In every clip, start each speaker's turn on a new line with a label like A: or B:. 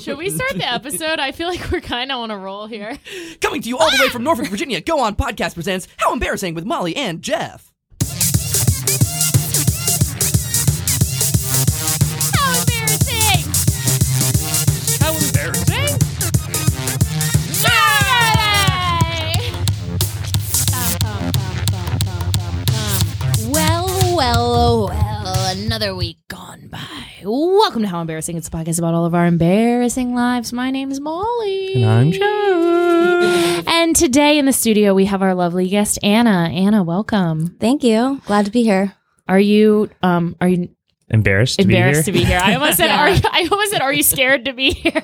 A: Should we start the episode? I feel like we're kind of on a roll here.
B: Coming to you all the way
A: Ah!
B: from Norfolk, Virginia, Go On Podcast presents How Embarrassing with Molly and Jeff.
A: How embarrassing!
B: How embarrassing?
A: Well, well, well, another week gone by. Welcome to How Embarrassing. It's a podcast about all of our embarrassing lives. My name is Molly.
C: And I'm Joe.
A: And today in the studio, we have our lovely guest, Anna. Anna, welcome.
D: Thank you. Glad to be here.
A: Are you, um, are you
C: Embarrassed,
A: embarrassed to
C: to be
A: be here? I almost said, are you, I almost said, are you scared to be here?
D: I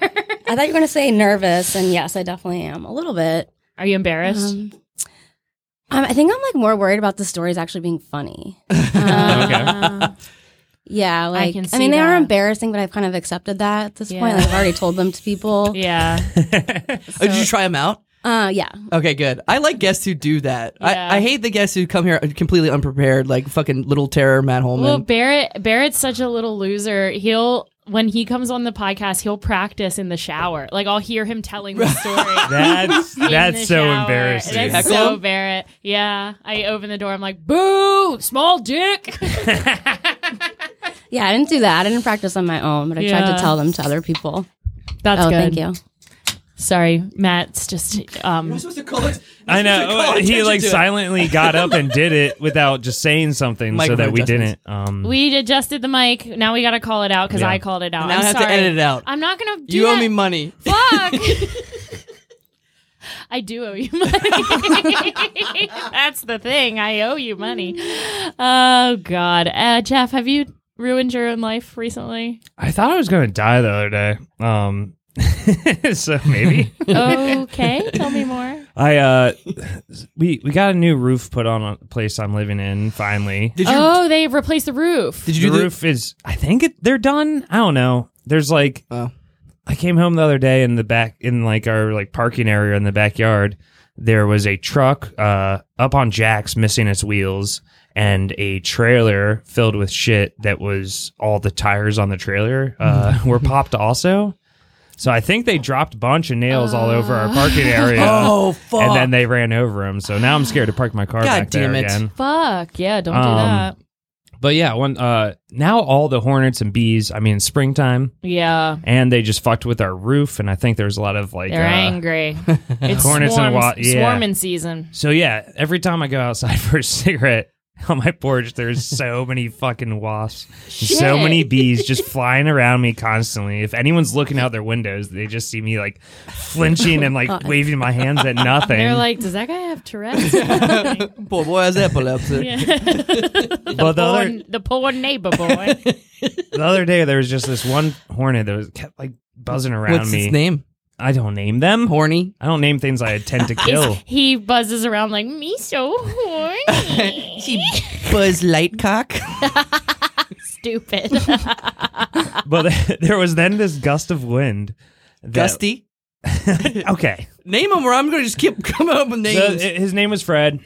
D: thought you were going to say nervous, and yes, I definitely am a little bit.
A: Are you embarrassed?
D: Um, um, I think I'm like more worried about the stories actually being funny.
C: Uh,
D: Um,
C: Okay.
A: Uh,
D: yeah, like I,
A: can see
D: mean, they are
A: that.
D: embarrassing, but I've kind of accepted that at this
A: Yeah.
D: point. Like, I've already told them to people.
A: yeah.
C: here.
B: Oh, did you try them out?
D: Uh, yeah.
B: Okay, good. I like guests who do that.
A: Yeah.
B: I, I hate the guests who come here completely unprepared, like fucking little terror Matt Holman.
A: Well, Barrett Barrett's such a little loser. He'll when he comes on the podcast, he'll practice in the shower. Like I'll hear him telling the story.
C: that's
A: in
C: that's
A: the
C: so
A: shower.
C: embarrassing.
A: That's
B: Heckle
A: so
B: him?
A: Barrett. Yeah, I open the door. I'm like, "Boo, small dick."
D: Yeah, I didn't do that. I didn't practice on my own, but I tried
A: Yeah.
D: to tell them to other people.
A: That's
D: oh,
A: good.
D: thank you.
A: Sorry, Matt's just um,
B: supposed to call it.
C: I know he like silently got up and did it without just saying something, so that we
B: Microadjustments.
C: didn't. Um,
A: we adjusted the mic. Now we got to call it out because
C: Yeah.
A: I called it out.
B: Now
A: I'm
B: I have
A: sorry.
B: to edit it out.
A: I'm not gonna. Do
B: you owe
A: that.
B: me money.
A: Fuck. I do owe you money. That's the thing. I owe you money. Oh God, uh, Jeff, have you ruined your own life recently?
C: I thought I was gonna die the other day. Um, so maybe
A: okay, tell me more.
C: I uh, we we got a new roof put on a place I'm living in. Finally,
B: Did you?
A: Oh, they replaced the roof.
B: did you do
C: the
B: the?
C: roof is. I think it, they're done. I don't know. There's like
B: Oh.
C: I came home the other day in the back in like our like parking area in the backyard. There was a truck uh, up on jacks missing its wheels and a trailer filled with shit that was all the tires on the trailer
B: Mm.
C: uh, were popped also. So I think they dropped a bunch of nails all over our parking area.
B: Oh fuck!
C: And then they ran over them. So now I'm scared to park my car
B: God
C: back
B: damn
C: there
B: it.
C: again.
A: Fuck yeah! Don't do
C: Um,
A: that.
C: But yeah, when uh, now all the hornets and bees, I mean, it's springtime,
A: Yeah,
C: and they just fucked with our roof. And I think there's a lot of like
A: they're
C: uh,
A: angry. It's
C: Hornets in a
A: swarm,
C: wa- yeah.
A: swarming season.
C: So yeah, every time I go outside for a cigarette on my porch, there's so many fucking wasps, and so
A: Shit.
C: many bees just flying around me constantly. If anyone's looking out their windows, they just see me like flinching and like waving my hands at nothing.
A: They're like, does that guy have Tourette's? yeah.
B: Poor boy has epilepsy.
A: the,
C: Well, the
A: poor,
C: other-
A: the poor neighbor boy.
C: the other day, there was just this one hornet that was kept like buzzing around
B: What's
C: me.
B: its name?
C: I don't name them.
B: Horny.
C: I don't name things I intend to kill.
A: He buzzes around like me so horny.
B: She Buzz Lightcock.
A: Stupid.
C: but there was then this gust of wind. that-
B: Gusty.
C: Okay.
B: Name him, or I'm gonna just keep coming up with
C: The-
B: names.
C: his name was Fred.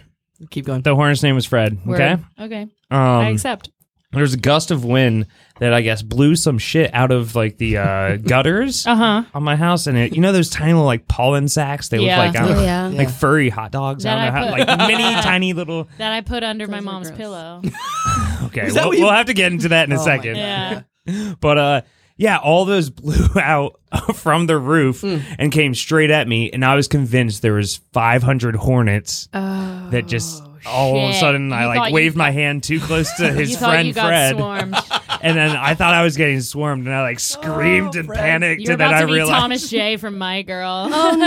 B: keep going.
C: The hornet's name was Fred.
A: Word.
C: Okay.
A: Okay. I
C: Um,
A: accept.
C: there was a gust of wind that I guess blew some shit out of like the uh, gutters
A: Uh
D: Uh-huh.
A: huh.
C: on my house, and it, you know those tiny little like pollen sacks. They
A: Yeah.
C: look like I don't
D: Oh,
C: know,
D: yeah.
C: like furry hot dogs. I
A: That
C: don't know
A: I
C: how,
A: put-
C: like mini tiny little.
A: That I put under my
D: Those are
A: mom's
D: gross.
A: pillow.
C: Okay,
B: Is that
C: we'll,
B: what you-
C: we'll have to get into that in a
B: Oh my
C: second.
B: God.
A: Yeah.
C: But uh, yeah, all those blew out from the roof
A: Hmm.
C: and came straight at me, and I was convinced there was 500 hornets
A: Oh.
C: that just all of a
A: shit.
C: sudden I
A: You thought
C: like
A: you
C: waved
A: got-
C: my hand too close to his
A: you thought
C: friend
A: you got
C: Fred,
A: swarmed.
C: and then I thought I was getting swarmed, and I like screamed and panicked,
A: Oh, You're
C: and then
A: about
C: I
A: to be
C: realized
A: Thomas J. from My Girl. Oh
B: Oh no!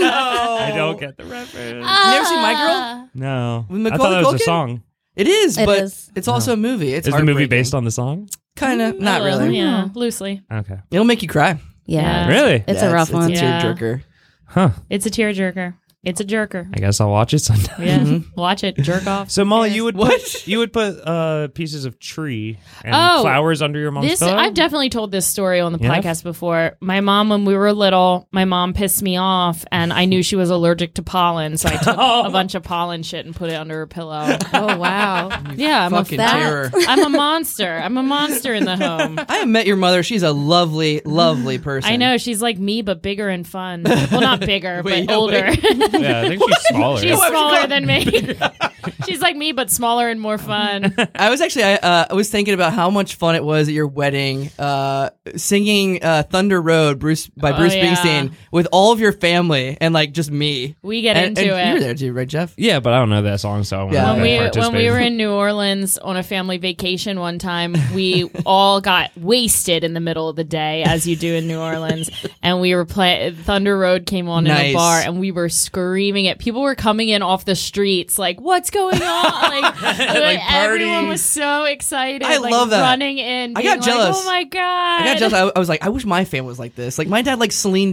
C: I don't get the reference.
B: You never seen My
A: Uh,
B: Girl?
C: no,
B: With
C: I thought
B: Macaulay
C: that was
B: Culkin?
C: a song.
B: It is,
D: It
B: but
D: is.
B: it's also a movie. It's
C: Is the movie based on the song?
B: Kind of, not
D: Oh,
B: really.
A: Oh, Yeah, loosely.
C: Okay,
B: It'll make you cry.
D: Yeah.
A: Yeah.
C: really?
D: It's
B: Yeah,
D: a rough one.
B: It's a
A: Yeah.
B: tearjerker.
C: Huh?
A: It's a tearjerker. It's a jerker.
C: I guess I'll watch it sometime.
A: Yeah,
C: Mm-hmm.
A: watch it. Jerk off.
C: So Molly, you would
B: What?
C: put you would put uh, pieces of tree and
A: Oh,
C: flowers under your mom's
A: This
C: pillow.
A: I've definitely told this story on the
C: Yeah?
A: podcast before. My mom, when we were little, my mom pissed me off, and I knew she was allergic to pollen, so I took a bunch of pollen shit and put it under her pillow.
D: Oh wow.
A: yeah, I'm a,
B: Fucking
D: that-
B: terror.
A: I'm a monster. I'm a monster in the home.
B: I have met your mother. She's a lovely, lovely person.
A: I know she's like me, but bigger and fun. Well, not bigger,
B: Wait,
A: but
B: yeah,
A: older.
C: yeah, I think she's smaller.
A: she's
B: Why would you call
A: smaller
B: it
A: than me. she's like me, but smaller and more fun.
B: I was actually I, uh, I was thinking about how much fun it was at your wedding, uh, singing uh, "Thunder Road" Bruce by
A: Oh,
B: Bruce
A: yeah.
B: Springsteen with all of your family and like just me.
A: We get
B: and,
A: into
B: and
A: it.
B: You were there too, right, Jeff?
C: yeah, but I don't know that song, so I won't
B: Yeah.
A: when we
C: have that
A: when we
C: participation.
A: were in New Orleans on a family vacation one time, we all got wasted in the middle of the day, as you do in New Orleans, and we were playing. Thunder Road came on in
B: Nice.
A: a bar, and we were screaming it. People were coming in off the streets, like, "What's going on?" Like, everyone
C: parties.
A: was so excited.
B: I
A: like,
B: love that.
A: Running in,
B: I
A: being
B: got
A: like,
B: jealous.
A: oh my god!
B: I got jealous. I, I was like, I wish my family was like this. Like my dad likes Celine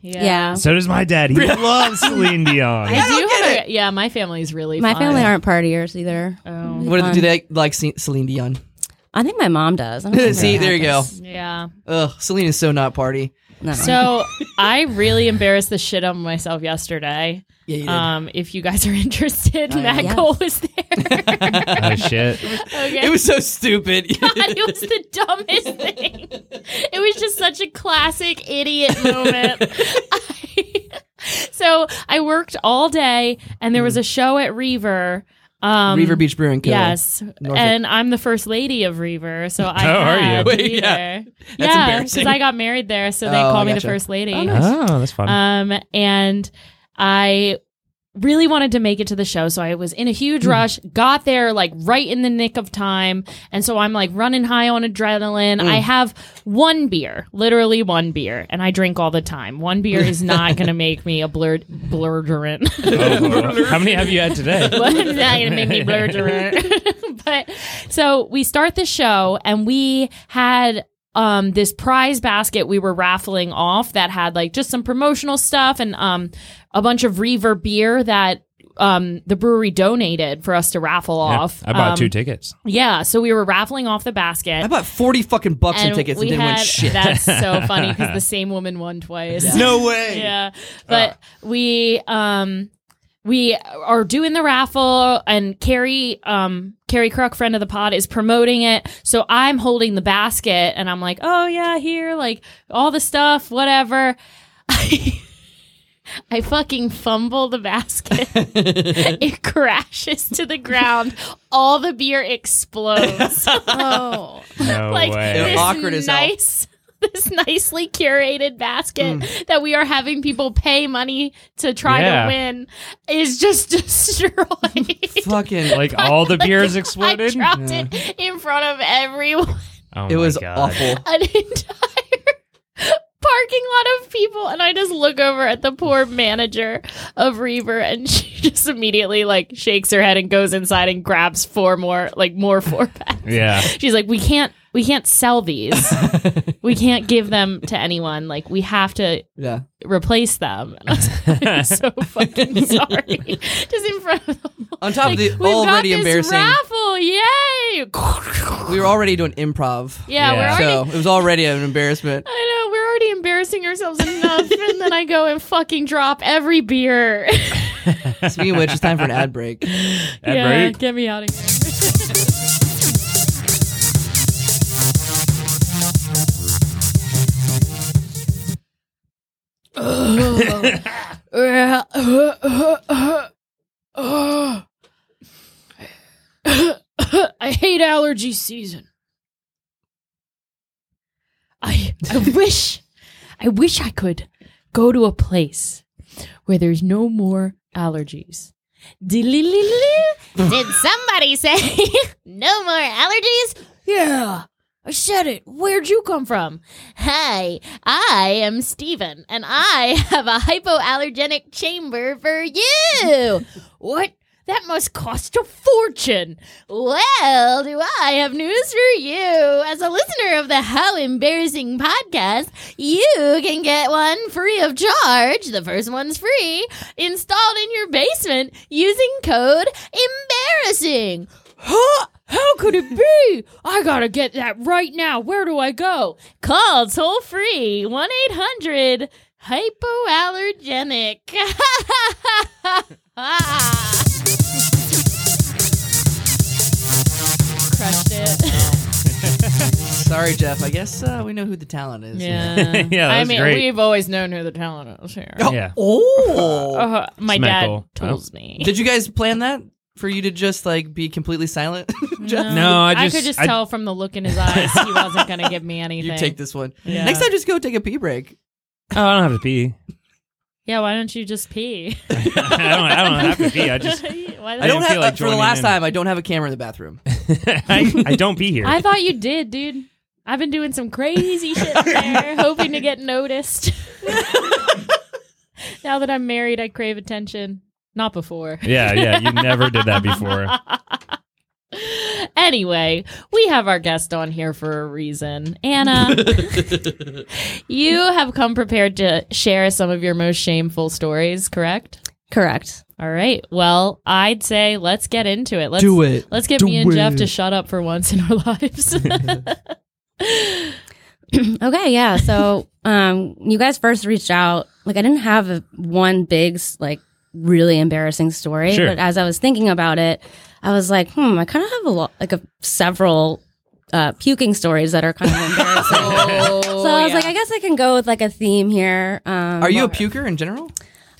A: Yeah.
D: Yeah.
C: So does my dad. He loves Celine Dion.
A: I do
B: don't
A: have
B: get
A: a, yeah, my family's really
D: My
A: fun.
D: family aren't partiers either.
A: Oh,
B: What do-
D: Fun.
B: do they like? Ce- Celine Dion.
D: I think my mom does. I don't think
B: See,
D: my dad
B: there you go.
D: does.
A: yeah.
B: Ugh, Celine is so not party.
D: No.
A: So I really embarrassed the shit out of myself yesterday.
B: Yeah, you did. Uh,
A: Um, if you guys are interested, Matt
D: yeah.
A: Cole was there.
C: oh shit.
A: okay.
B: it was so stupid.
A: it was the dumbest thing. It was just such a classic idiot moment. I- so I worked all day, and there was a show at Reaver. Um,
B: Hmm. Reaver Beach Brewing Co.
A: Yes,
B: Norfolk.
A: and I'm the first lady of Reaver, so I
C: How are you?
A: had
B: Wait,
A: to be
B: yeah.
A: there.
B: That's
A: yeah,
B: embarrassing.
A: because I got married there, so they
B: Oh,
A: call
B: I
A: me
B: gotcha.
A: the first lady.
C: Oh, that's fun.
A: Um, and I really wanted to make it to the show, so I was in a
B: Hmm.
A: huge rush. Got there like right in the nick of time, and so I'm like running high on adrenaline.
B: Hmm.
A: I have one beer, literally one beer, and I drink all the time. One beer is not going to make me a blurred blurderant.
C: Oh, how many have you had today?
A: Well, it's not gonna make me blurderant. but so we start the show, and we had um this prize basket we were raffling off that had like just some promotional stuff and um a bunch of Reaver beer that um the brewery donated for us to raffle
C: Yeah,
A: off.
C: I bought
A: Um,
C: two tickets.
A: Yeah, so we were raffling off the basket.
B: I bought forty fucking bucks in tickets and
A: we
B: didn't
A: had,
B: win shit.
A: That's so funny because the same woman won twice
C: No way.
A: yeah but we um we are doing the raffle and carrie um carrie crook friend of the pod is promoting it so i'm holding the basket and i'm like oh yeah here like all the stuff whatever i, I fucking fumble the basket it crashes to the ground all the beer explodes
D: oh.
C: No
A: like
C: way.
A: this
B: Awkward as hell.
A: nice this nicely curated basket that we are having people pay money to try
C: Mm. Yeah.
A: to win is just destroyed.
B: fucking.
C: like all the beers
A: I
C: exploded.
A: dropped it in front of everyone,
C: Oh
B: it
C: my
B: was
C: God.
B: awful.
A: an entire parking lot of people, and I just look over at the poor manager of Reaver, and she just immediately like shakes her head and goes inside and grabs four more, like more four packs.
C: Yeah.
A: She's like, we can't, we can't sell these. we can't give them to anyone. Like, we have to
B: Yeah.
A: replace them. And I was like, I'm so fucking sorry. Just in front of them.
B: On top of
A: Like,
B: the
A: we've
B: already
A: got this
B: embarrassing,
A: raffle, yay!
B: we were already doing improv.
A: yeah, we're
C: Yeah.
A: already.
B: So it was already an embarrassment.
A: I know we're already embarrassing ourselves enough, and then I go and fucking drop every beer.
B: Speaking of which, it's time for an ad break.
C: That
A: yeah,
C: break?
A: get me out of here. I hate allergy season. I I wish I wish I could go to a place where there's no more allergies. Did somebody say no more allergies? Yeah. I said it. Where'd you come from? Hi, I am Steven, and I have a hypoallergenic chamber for you. what? That must cost a fortune. Well, do I have news for you? As a listener of the How Embarrassing podcast, you can get one free of charge. The first one's free, installed in your basement using code embarrassing. Huh? How could it be? I gotta get that right now. Where do I go? Call toll free 1 800 hypoallergenic. Crushed it.
B: Sorry, Jeff. I guess uh, we know who the talent is.
A: Yeah.
C: Yeah,
A: I
C: that's
A: mean,
C: great.
A: we've always known who the talent is here.
C: Yeah.
B: Oh.
A: Uh, my
C: Smackle.
A: dad tells me.
B: Did you guys plan that for you to just like be completely silent?
A: Mm-hmm.
B: Jeff,
C: No, I
A: I could
C: just-
A: just
C: I-
A: tell from the look in his eyes he wasn't going to give me anything.
B: you take this one.
A: Yeah.
B: Next time, just go take a pee break.
C: Oh, I don't have to pee.
A: Yeah, why don't you just pee?
C: I don't. I don't have to pee. I just.
A: Why
B: I
A: the-
B: don't
C: didn't
B: have
C: feel like
B: uh, for the
C: joining
B: last
C: in.
B: time. I don't have a camera in the bathroom.
C: I, I don't pee here.
A: I thought you did, dude. I've been doing some crazy shit in there, hoping to get noticed. now that I'm married, I crave attention. Not before.
C: yeah, yeah. You never did that before.
A: anyway, we have our guest on here for a reason. Anna, you have come prepared to share some of your most shameful stories, correct?
D: Correct.
A: All right. Well, I'd say let's get into it. Let's
B: it.
A: Let's get
B: Do
A: me and Jeff
B: it.
A: to shut up for once in our lives.
D: Okay, yeah. So, um, you guys first reached out. Like, I didn't have a, one big, s- like, really embarrassing story.
C: Sure.
D: But as I was thinking about it, I was like, hmm, I kind of have a lot, like, a several uh, puking stories that are kind of embarrassing.
A: Oh,
D: so I was like, I guess I can go with like a theme here. Um,
B: Are you a puker in general?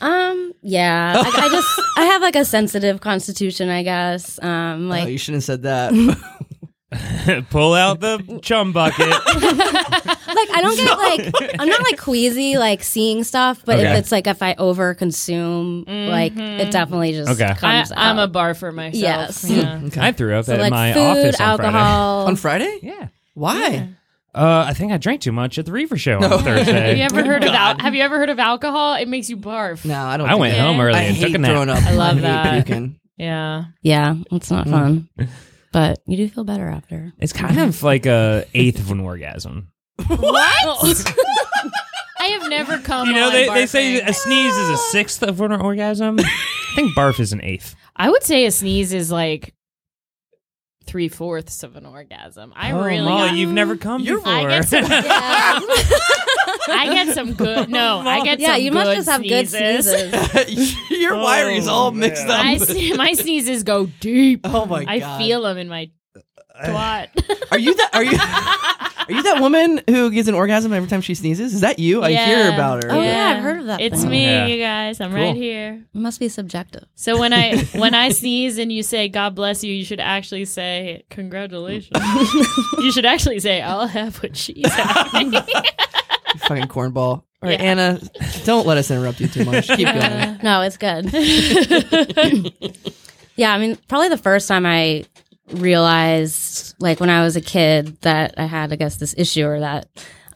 D: Um, yeah. I, I just I have like a sensitive constitution, I guess. Um,
B: oh,
D: like
B: you shouldn't have said that.
C: Pull out the chum bucket.
D: like I don't get like I'm not like queasy like seeing stuff, but
C: Okay.
D: if it's like if I over consume, like it definitely just
C: Okay.
A: Mm-hmm. I,
D: comes
A: I'm a
D: out.
A: barfer myself.
D: Yes.
A: Yeah.
C: I threw up
D: so
C: at
D: like
C: my
D: food,
C: office on Friday.
D: alcohol.
B: on Friday?
C: Yeah.
B: Why?
C: Uh, I think I drank too much at the Reaver Show on
A: Have
C: Thursday.
A: you ever heard of al- Have you ever heard of alcohol? It makes you barf.
B: No, I don't.
C: I
B: think
C: went
B: I-
A: Yeah.
C: home early
B: I
C: and
B: hate
C: took a
B: throwing
C: nap.
B: up.
A: I love
B: hate
A: that.
B: puking.
A: Yeah.
D: yeah, it's
C: Mm.
D: not fun. But you do feel better after.
C: It's kind of like a eighth of an orgasm.
A: What? I have never come.
C: You know,
A: while
C: they,
A: I'm
C: they say
A: barfing.
C: a sneeze is a sixth of an orgasm. I think barf is an eighth.
A: I would say a sneeze is like three fourths of an orgasm. I
C: oh,
A: really.
C: Molly, you've never come
B: You're-
C: before.
A: I get some. I get some good. No, I get.
D: yeah,
A: some
D: you must
A: good
D: just have good sneezes.
B: Your
C: Oh,
B: wiries all mixed
C: man.
B: up.
A: I see, my sneezes go deep.
B: Oh my
A: I
B: God.
A: feel them in my
C: Uh,
A: twat.
B: Are you that? Are you? Are you that woman who gets an orgasm every time she sneezes? Is that you? I hear
A: Yeah.
B: about her.
D: Oh, yeah, I've heard of that
A: It's
D: thing.
A: me,
C: Yeah.
A: you guys. I'm
C: Cool.
A: right here.
D: It must be subjective.
A: So when I when I sneeze and you say God bless you, you should actually say congratulations. you should actually say I'll have what she's having.
B: Fucking cornball. All right,
A: Yeah.
B: Anna, don't let us interrupt you too much. Keep going.
A: Uh,
D: No, it's good. Yeah, I mean, probably the first time I realized, like when I was a kid, that I had, I guess, this issue or that.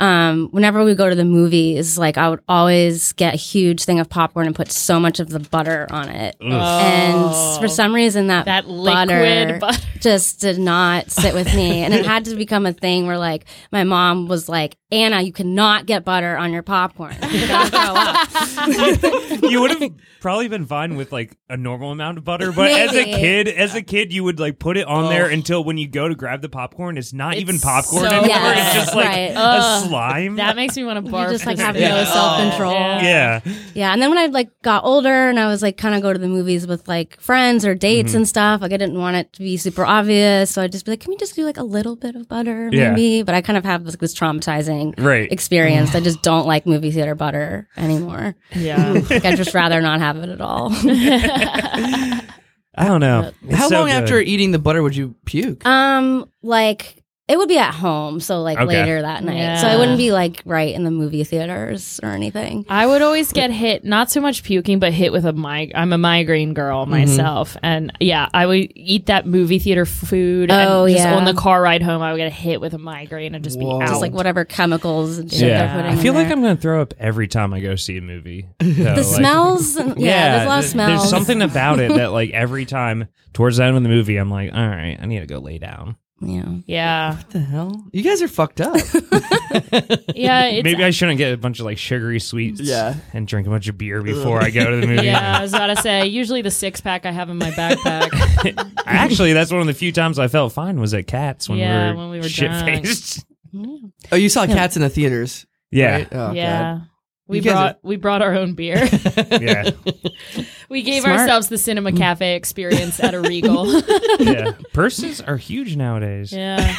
D: Um, whenever we go to the movies, like I would always get a huge thing of popcorn and put so much of the butter on it. And for some reason, that,
A: Oh. that
D: butter,
A: liquid butter.
D: just did not sit with me. and it had to become a thing where, like, my mom was like, Anna, you cannot get butter on your popcorn. You're gonna throw up."
C: you would have probably been fine with like a normal amount of butter, but as a
D: Maybe.
C: kid, as a kid, you would like put it on there until when you go to grab the popcorn, it's not even popcorn
A: so
C: anymore.
A: bad.
C: It's just like
D: Right.
C: a
A: Ugh.
C: slime.
A: That makes me want to barf.
D: You just, like,
A: this Oh.
D: have
A: thing.
D: no
B: Yeah.
D: self control.
A: Yeah.
C: yeah,
D: Yeah, and then when I like got older and I was like kind of go to the movies with like friends or dates
C: Mm-hmm.
D: and stuff, like I didn't want it to be super obvious, so I'd just be like, "Can we just do like a little bit of butter,
C: Yeah.
D: maybe?" But I kind of have this, this traumatizing
C: Right.
D: experience. I just don't like movie theater butter anymore.
A: Yeah.
D: Like I'd just rather not have it at all.
C: I don't know. It's
B: How
C: so
B: long
C: good.
A: Uh,
B: after eating the butter would you puke?
D: um, like It would be at home, so like
C: Okay.
D: later that night. So
A: Yeah.
D: I wouldn't be like right in the movie theaters or anything.
A: I would always get hit, not so much puking, but hit with a mig. I'm a migraine girl myself, and yeah, I would eat that movie theater food.
D: Oh,
A: and just
D: yeah.
A: on the car ride home, I would get hit with a migraine and just
B: Whoa.
A: be out.
D: Just like whatever chemicals and shit
C: yeah.
D: they're putting.
C: I feel
D: in
C: like
D: there.
C: I'm gonna throw up every time I go see a movie. the
D: the smells. and- yeah, there's a lot of
C: th-
D: smells.
C: There's something about it that like every time towards the end of the movie, I'm like, all right, I need to go lay down.
D: Yeah.
A: yeah,
B: What the hell? You guys are fucked up.
A: yeah. It's,
C: Maybe I shouldn't get a bunch of like sugary sweets
B: Yeah.
C: and drink a bunch of beer before I go to the movie.
A: yeah. I was about to say. Usually the six pack I have in my backpack.
C: Actually, that's one of the few times I felt fine was at Cats when
A: Yeah,
C: we were
A: when we were
C: shit
A: drunk.
C: faced.
B: oh, you saw cats in the theaters.
C: Yeah,
B: right? Oh,
A: yeah. We
B: You guys
A: brought we brought our own beer.
C: yeah,
A: we gave
D: Smart.
A: ourselves the cinema cafe experience at a Regal.
C: yeah. Purses are huge nowadays.
A: yeah,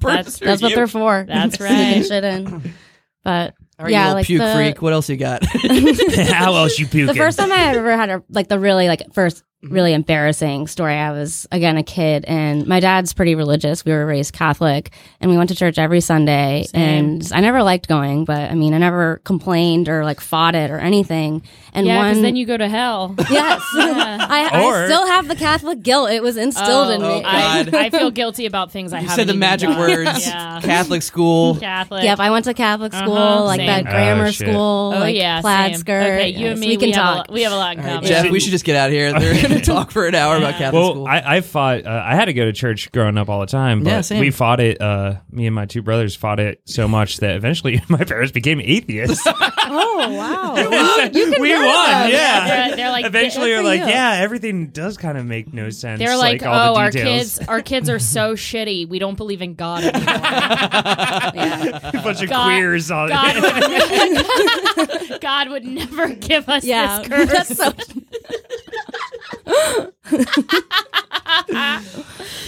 A: that's
D: That's what they're for.
A: That's
D: Sneaking
A: right.
D: shit in. But
B: All right,
D: Yeah,
B: you little
D: like
B: puke
D: the-
B: freak. What else you got?
C: How else you puking?
D: the first time I ever had a like the really like first
B: Mm-hmm.
D: really embarrassing story. I was again a kid, and my dad's pretty religious. We were raised Catholic, and we went to church every Sunday.
A: Same.
D: And I never liked going, but I mean, I never complained or like fought it or anything. And
A: yeah. Because
D: one,
A: then you go to hell.
D: yes, I,
C: Or-
D: I still have the Catholic guilt. It was instilled in
A: Oh,
D: me.
A: I,
B: God.
A: I feel guilty about things I
B: you
A: haven't
B: said the
A: even
B: magic
A: done.
B: words.
A: Yeah.
B: Catholic school.
A: Catholic.
D: Yep, I went to Catholic school,
A: Uh-huh,
D: like
A: same.
D: that
A: Oh,
D: grammar
C: shit.
D: school,
A: oh
D: like
A: yeah,
D: plaid
A: same.
D: skirt.
A: Okay, you
D: Yes,
A: and me,
D: we can
A: have
D: talk.
A: A, lo- we have a lot in
B: All right,
A: common.
B: Jeff, we should just get out of here. They're going to talk for an hour about Catholic
C: well,
B: school.
C: I, I fought. Uh, I had to go to church growing up all the time. But
B: Yeah, same.
C: We fought it. Uh, me and my two brothers fought it so much that eventually my parents became atheists.
D: oh wow.
C: we won. Yeah.
A: They're- they're like,
C: eventually,
D: "Good
C: are
D: for
C: like,
D: you."
C: yeah, everything does kind of make no sense.
A: They're like,
C: all
A: oh,
C: the
A: our
C: details.
A: kids, our kids are so shitty. We don't believe in God anymore.
C: a bunch of
A: God-
C: queers on
A: God
C: it.
A: would, God would never give us
D: Yeah,
A: this curse.
D: that's so.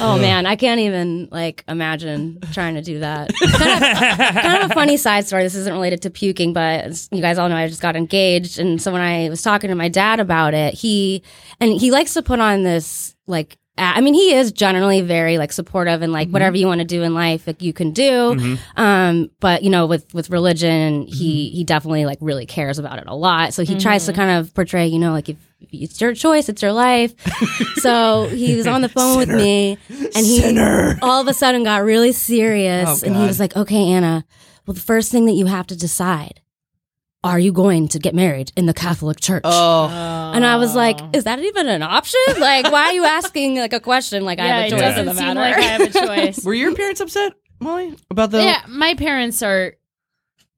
D: oh man, I can't even like imagine trying to do that. Kind of, kind of a funny side story. This isn't related to puking, but as you guys all know I just got engaged, and so when I was talking to my dad about it, he and he likes to put on this like. a- I mean, he is generally very like supportive and
B: Mm-hmm.
D: like whatever you want to do in life, like you can do. Um, but you know, with with religion, he
B: Mm-hmm.
D: he definitely like really cares about it a lot. So he tries to kind of portray, you know, like if it's your choice, it's your life. so he was on the phone with me, and he
B: Sinner.
D: all of a sudden got really serious,
B: Oh,
D: and he
B: God.
D: was like, "Okay, Anna, well, the first thing that you have to decide." Are you going to get married in the Catholic Church?
B: oh,
D: and I was like, "Is that even an option? Like, why are you asking like a question? Like, I
A: yeah,
D: have
A: it
D: a choice in
A: doesn't
D: the
A: seem
D: matter."
A: like I have a choice.
B: were your parents upset, Molly, about the?
A: yeah, my parents are.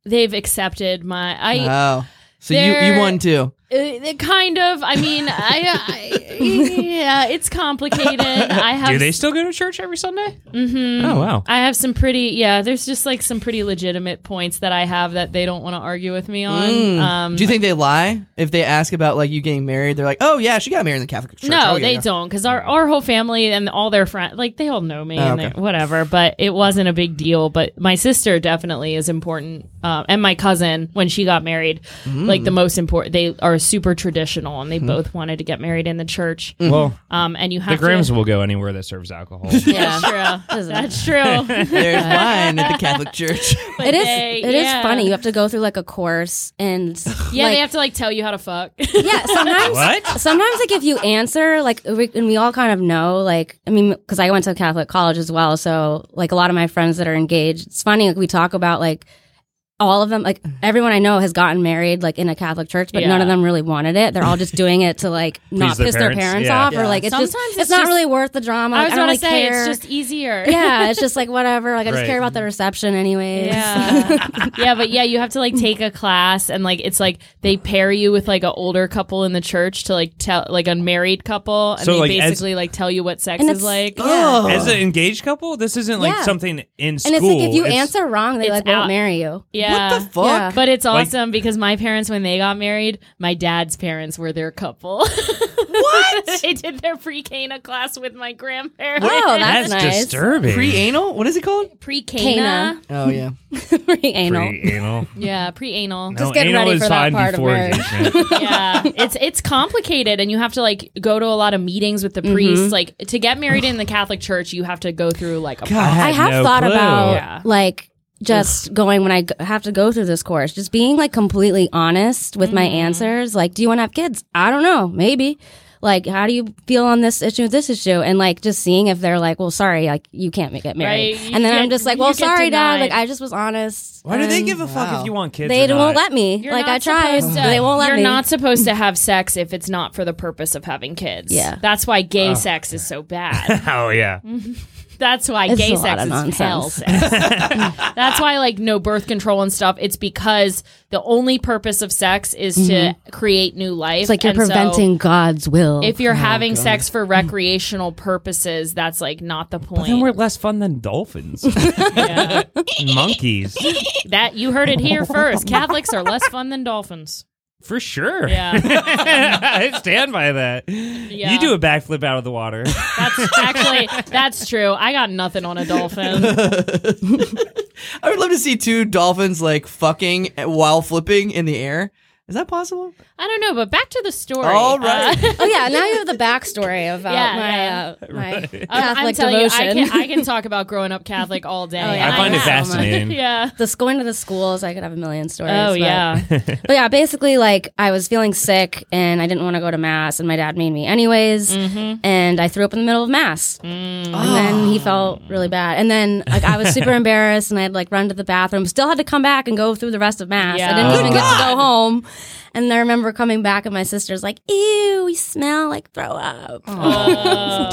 A: They've accepted my. I
D: Uh-huh.
B: Wow. Oh, So you,
A: They're-
B: you won too.
A: Uh, kind of. I mean, I, I yeah, it's complicated. I have.
C: Do they still go to church every Sunday?
A: Mhm.
C: Oh wow.
A: I have some pretty yeah. There's just like some pretty legitimate points that I have that they don't want to argue with me on.
B: Mm.
A: Um,
B: Do you think they lie if they ask about like you getting married? They're like, "Oh yeah, she got married in the Catholic Church."
A: no,
B: Oh, yeah,
A: they
B: yeah.
A: don't, because our, our whole family and all their friends, like they all know me
B: Oh,
A: and
B: okay.
A: they- whatever. But it wasn't a big deal. But my sister definitely is important, uh, and my cousin when she got married, like the
B: Mm.
A: most important. They are super traditional, and they
B: Hmm.
A: both wanted to get married in the church.
B: Mm.
C: Well,
A: Um, and you have
C: the Grams
A: to.
C: will go anywhere that serves alcohol.
D: Yeah.
A: True.
D: Isn't it?
A: That's true.
B: There's wine at the Catholic Church.
A: But
D: It is.
A: they-
D: It is
A: yeah.
D: funny. You have to go through like a course, and
A: Yeah,
D: like-
A: they have to like tell you how to fuck.
D: yeah. Sometimes,
C: What?
D: sometimes like if you answer, like, we, and we all kind of know, like, I mean, because I went to a Catholic college as well, so like a lot of my friends that are engaged, it's funny. Like we talk about like all of them, like everyone I know has gotten married like in a Catholic church, but
A: Yeah.
D: none of them really wanted it. They're all just doing it to like not
C: their
D: piss their
C: parents,
D: parents
C: yeah.
D: off,
B: Yeah.
D: or like it's just,
A: Sometimes
D: it's,
A: it's
D: not
A: just-
D: really worth the drama.
A: I
D: Like,
A: was
D: I don't
A: gonna
D: really
A: say
D: care.
A: it's just easier.
D: yeah, it's just like whatever. Like I just
C: Right.
D: care about the reception anyways.
A: Yeah. yeah, but yeah, you have to like take a class and like it's like they pair you with like an older couple in the church to like tell like a married couple and
C: So,
A: they
C: like, as-
A: basically like tell you what sex
D: And
A: is
D: it's-
A: like.
B: Oh,
C: As an engaged couple, this isn't like
D: Yeah.
C: something in
D: And
C: school.
D: it's like if you
C: It's-
D: answer wrong, they
A: It's
D: like won't
A: out.
D: marry you.
A: Yeah.
B: What the fuck?
D: Yeah.
A: But it's
C: Like-
A: awesome because my parents, when they got married, my dad's parents were their couple.
B: What?
A: they did their pre-Cana class with my grandparents.
D: Oh,
C: That's,
D: that's, nice.
C: disturbing.
B: Pre-anal? What is it called?
A: Pre-Cana.
B: Oh yeah.
D: Pre-anal.
C: Pre-anal.
A: Yeah, pre-anal.
C: No,
D: Just getting
C: anal
D: ready
C: is
D: for that
C: fine
D: part of
C: before
D: marriage.
C: engagement.
A: yeah it's it's complicated and you have to like go to a lot of meetings with the priests like to get married in the catholic church you have to go through like a
C: God.
D: I
C: had
D: have
C: no
D: thought
C: clue.
D: about
A: Yeah.
D: like just going when I g- have to go through this course, just being like completely honest with my
C: Mm-hmm.
D: answers. Like, do you want to have kids? I don't know, maybe. Like, how do you feel on this issue, this issue, and like just seeing if they're like, well, sorry, like you can't ma- get married,
A: Right, you
D: and then I'm
A: get-
D: just like,
A: you
D: well,
A: get
D: sorry, dad.
A: denied.
D: Like, I just was honest.
C: Why do they
D: and
C: give a fuck
B: Wow.
C: if you want kids?
D: Mm, They
C: or not?
D: won't let me.
A: You're
D: like,
A: not
D: I tried,
A: supposed to-
D: but they won't let
A: you're
D: me.
A: not supposed to have sex if it's not for the purpose of having kids.
D: Yeah.
A: that's why gay sex is so bad.
C: Oh yeah.
D: Mm-hmm.
A: That's why
D: It's
A: gay
D: a lot
A: sex
D: of
A: is
D: nonsense.
A: hell sex. That's why like no birth control and stuff. It's because the only purpose of sex is to create new life.
D: Mm-hmm. it's like you're
A: And so-
D: preventing God's will.
A: if you're having sex for recreational purposes, that's like not the point.
C: Then we're less fun than dolphins,
A: Yeah.
C: monkeys,
A: That you heard it here first. Catholics are less fun than dolphins.
C: for sure.
A: Yeah,
C: I stand by that. You do a backflip out of the water.
A: that's actually that's true. I got nothing on a dolphin.
B: I would love to see two dolphins like fucking while flipping in the air. Is that possible?
A: I don't know, but back to the story.
B: All right.
A: Uh,
D: oh yeah, now you have the backstory about
A: Yeah, yeah.
D: my Uh, my
A: I'm- I'm
D: Catholic
A: telling you,
D: devotion.
A: I can, I can talk about growing up Catholic all day.
D: Oh, yeah.
C: I
A: And
C: find it
D: know.
C: fascinating.
A: Yeah.
D: this going to the schools, I could have a million stories.
A: Oh
D: but-
A: yeah.
D: But yeah, basically, like I was feeling sick and I didn't want to go to mass, and my dad made me anyways,
A: Mm-hmm.
D: and I threw up in the middle of mass,
A: Mm.
D: and then he felt really bad, and then like I was super embarrassed, and I had like run to the bathroom, still had to come back and go through the rest of mass.
A: Yeah.
D: I didn't
A: Oh,
D: even get to go home, and I remember coming back, and my sister's like, "Ew, you smell like throw up."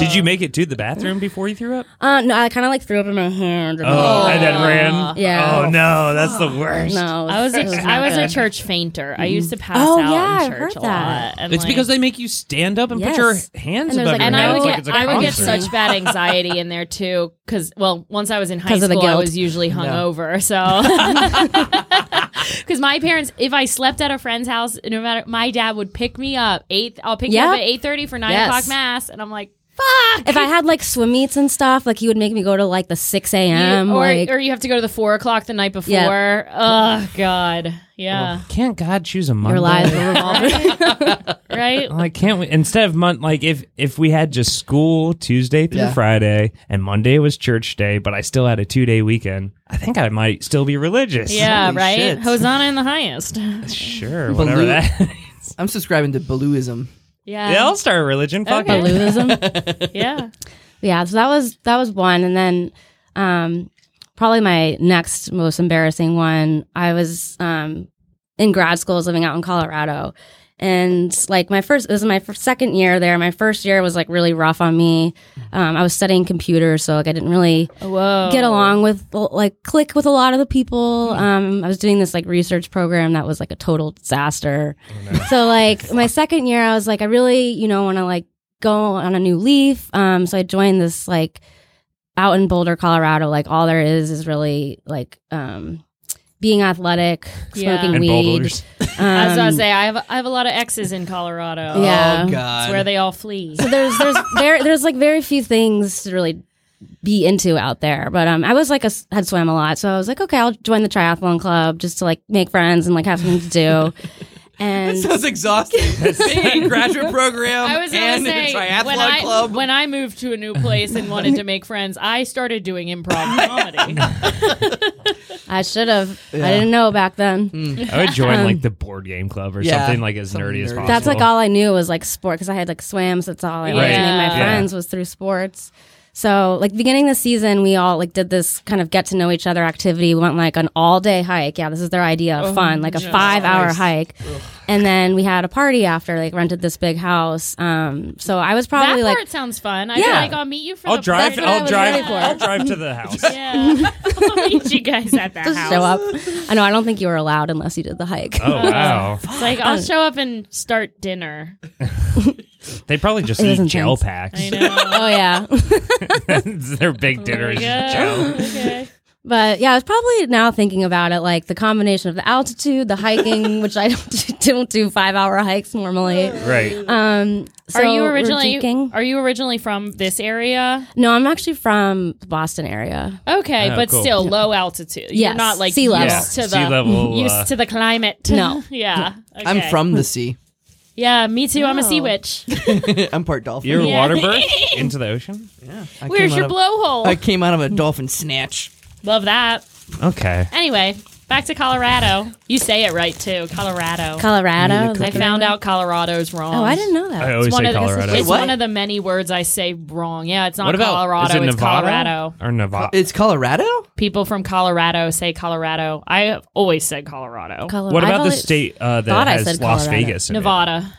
C: Did you make it to the bathroom before you threw up?
D: Uh, no, I kind of like threw up in my hand.
C: Oh, and then ran.
D: Yeah.
C: Oh no, that's the worst.
D: no,
A: I was
D: it
A: a,
D: not
A: I was
D: good.
A: a church fainter. I used to pass
D: Oh,
A: out
D: yeah, I
A: in church
D: heard
A: a
D: that.
A: lot. And
C: It's
A: like-
C: because they make you stand up and put your
D: Yes.
C: hands
D: And
C: above
D: there's like-
C: your
A: and I
C: mouth
A: would
C: like
A: get
C: it's a
A: I would get
C: concert.
A: such bad anxiety in there too because well once I was in high
D: 'Cause of the
A: school I
D: guilt.
A: was usually hungover so because my parents if I slept at a friend's house no matter my dad would pick me up eight I'll pick you
D: Yeah.
A: up at eight thirty for nine
D: Yes.
A: o'clock mass and I'm like
D: if I had like swim meets and stuff, like he would make me go to like the six a.m.
A: you, or
D: like,
A: or you have to go to the four o'clock the night before oh god yeah
C: Can't God choose a Monday?
D: your lives were revolving.
C: Oh.
A: right
C: Like, can't we instead of month? Like, if if we had just school Tuesday through
B: Yeah.
C: Friday, and Monday was church day, but I still had a two day weekend, I think I might still be religious.
A: yeah
B: Holy
A: right
B: shit.
A: Hosanna in the highest
C: sure, whatever
B: Balut.
C: that.
B: I'm subscribing to Balooism.
A: yeah
C: yeah, I'll start a religion. Fuck
A: Okay.
C: it.
D: Ballonism.
A: yeah
D: yeah, so that was that was one, and then um, probably my next most embarrassing one. I was um, in grad school, I was living out in Colorado, and like my first, it was my first, second year there. My first year was like really rough on me. Um, I was studying computers, so like I didn't really
A: whoa
D: get along with like click with a lot of the people
A: Hmm.
D: um i was doing this like research program that was like a total disaster
A: Oh,
D: so like my second year i was like i really you know want to like go on a new leaf um so i joined this like out in boulder colorado like all there is is really like um being athletic
A: Yeah.
D: smoking
C: And
D: weed
C: boulders.
A: I was gonna
D: um,
A: say I have I have a lot of exes in Colorado.
D: Yeah.
A: That's
B: Oh god.
A: where they all flee.
D: so there's there's very there's like very few things to really be into out there but um i was like a s- had swam a lot so i was like okay i'll join the triathlon club just to like make friends and like have something to do and
B: Sounds exhausting. Being a graduate program
A: I was gonna
B: and
A: say
B: a triathlon
A: when I
B: club.
A: when I moved to a new place and wanted to make friends, I started doing improv comedy.
D: i should have
B: Yeah.
D: i didn't know back then
C: I would join like the board game club or
B: Yeah,
C: something like as
B: something
C: nerdy, as
B: nerdy.
C: possible.
D: that's like all i knew was like sport because i had like swims that's all i wanted to
A: Right.
D: make
A: Yeah.
D: my friends was through sports so like beginning of the season we all like did this kind of get to know each other activity we went like an all day hike yeah this is their idea of fun like a five hour hike and then we had a party after like rented this big house um so i was
A: that
D: probably
A: part
D: like
A: sounds fun. I
D: Yeah.
A: feel like I'll meet you for
C: I'll
A: the
C: drive.
A: party.
D: That's what I
C: I'll
D: was
C: drive.
D: ready for.
C: I'll drive to the house.
A: Yeah, I'll meet you guys at that house.
D: show up i know i don't think you were allowed unless you did the hike
C: Oh wow!
A: It's like I'll
D: Uh,
A: show up and start dinner.
C: They probably just
D: It
C: eat
D: doesn't
C: gel
D: change.
C: packs.
A: I know.
D: oh yeah
C: Their big dinner is just
A: Yeah.
C: gel.
A: okay.
D: But yeah, I was probably now thinking about it, like the combination of the altitude, the hiking, which I don't do, don't do five hour hikes normally.
C: Right.
D: Um, so
A: are you
D: we're
A: originally
D: drinking.
A: are you originally from this area?
D: No, I'm actually from the Boston area.
A: Okay,
C: Oh,
A: but
C: cool.
A: still low altitude. You're
D: Yes,
A: not like
D: sea
A: used
D: level. Yeah,
A: to the
C: sea level,
A: used
C: uh,
A: to the climate.
D: No.
A: yeah.
B: I'm
A: Okay.
B: from the sea.
A: Yeah, me too. I'm a sea
D: Oh.
A: witch.
B: I'm part dolphin.
C: You're
A: Yeah.
C: a water bird into the ocean.
B: Yeah, I
A: Where's
B: came
A: your
B: out of-
A: blowhole?
B: I came out of a dolphin snatch.
A: Love that.
C: Okay.
A: Anyway, back to Colorado. You say it right too. Colorado.
D: Colorado.
A: I found out Colorado's wrong.
D: Oh, I didn't know that.
C: I always
A: one
C: say
A: of the- It's
C: Colorado.
B: Wait, what?
A: one of the many words I say wrong. Yeah, it's not
C: what about
A: Colorado.
C: Is it
A: it's
C: Nevada
A: Colorado.
C: or Nevada?
B: It's Colorado.
A: People from Colorado say Colorado. I have always said Colorado.
D: Colorado.
C: What
D: I've
C: about the
D: always-
C: state uh, that
D: thought I
C: has
D: said
C: Las
D: Colorado.
C: Vegas? In it?
A: Nevada.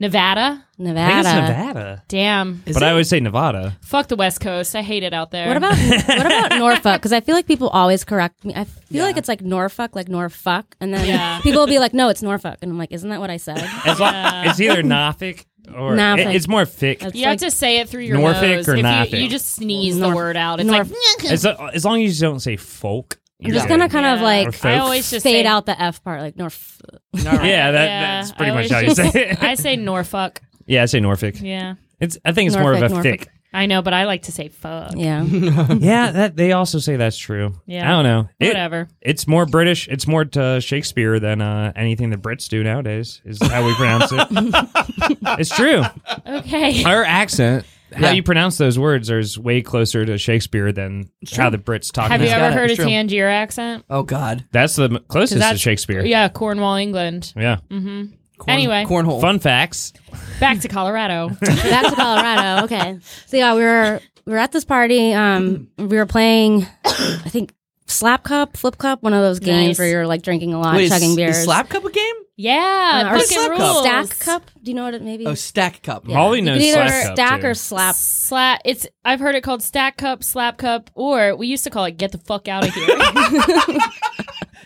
A: Nevada?
C: I think it's
D: Nevada.
C: Nevada.
A: Damn.
B: Is
C: but
B: it?
C: I always say Nevada.
A: Fuck the West Coast. I hate it out there.
D: What about what about Norfolk? Because I feel like people always correct me. I feel
B: Yeah.
D: like it's like Norfolk, like Norfolk, and then
A: Yeah.
D: people will be like, "No, it's Norfolk," and I'm like, "Isn't that what I said?"
C: It's, like, it's either Norfolk or
D: Norfolk.
C: it- it's more thick.
D: That's
A: You
D: like,
A: have to say it through your
C: Norfolk
A: nose.
C: or
A: if
C: Norfolk?
A: you, you just sneeze
D: Norf-
A: the word out. It's
D: Norf-
A: like
C: As, as long as you don't say folk.
D: I'm just
C: either.
D: gonna kind of
A: Yeah.
D: like
C: Norfolk.
A: I always just
D: fade
A: say,
D: out the F part, like Norfolk.
C: Yeah, that,
A: Yeah,
C: that's pretty
A: I always
C: much how you say
A: just-
C: it.
A: I say Norfolk.
C: yeah, I say Norfolk.
A: Yeah.
C: It's. I think it's more
D: Norfolk,
C: of a
D: Norfolk.
C: thick.
A: I know, but I like to say fuck.
D: Yeah,
C: yeah, that they also say that's true.
A: Yeah.
C: I don't know. It-
A: Whatever.
C: it's more British. It's more to Shakespeare than uh, anything the Brits do nowadays. Is how we pronounce it. it's true.
A: Okay.
C: Our accent, how
B: Yeah.
C: you pronounce those words, is way closer to Shakespeare than how the Brits talk.
A: Have you
C: now.
B: got
A: ever
B: it.
A: heard a
B: It's true.
A: Tangier accent?
B: Oh God.
C: that's the m- closest to
A: that's-
C: Shakespeare.
A: Yeah, Mm-hmm. Cornwall, England.
C: Yeah.
B: Corn-
A: Anyway.
B: cornhole.
C: Fun facts.
A: Back to Colorado.
D: back to Colorado. Okay, so yeah, we were we were at this party. Um, we were playing, I think. Slap cup, flip cup, one of those games
A: Nice.
D: where you're like drinking a lot,
B: Wait, is-
D: chugging
B: is
D: beers.
B: slap cup a game?
A: yeah,
D: Uh, or
A: fucking
B: slap cup.
A: rules.
D: stack cup. Do you know what it maybe?
B: Oh, stack cup.
C: Molly
D: You
C: knows
D: could either
C: slap cup,
D: stack
C: too.
D: or slap.
A: Slap. It's I've heard it called stack cup, slap cup, or we used to call it get the fuck out of here.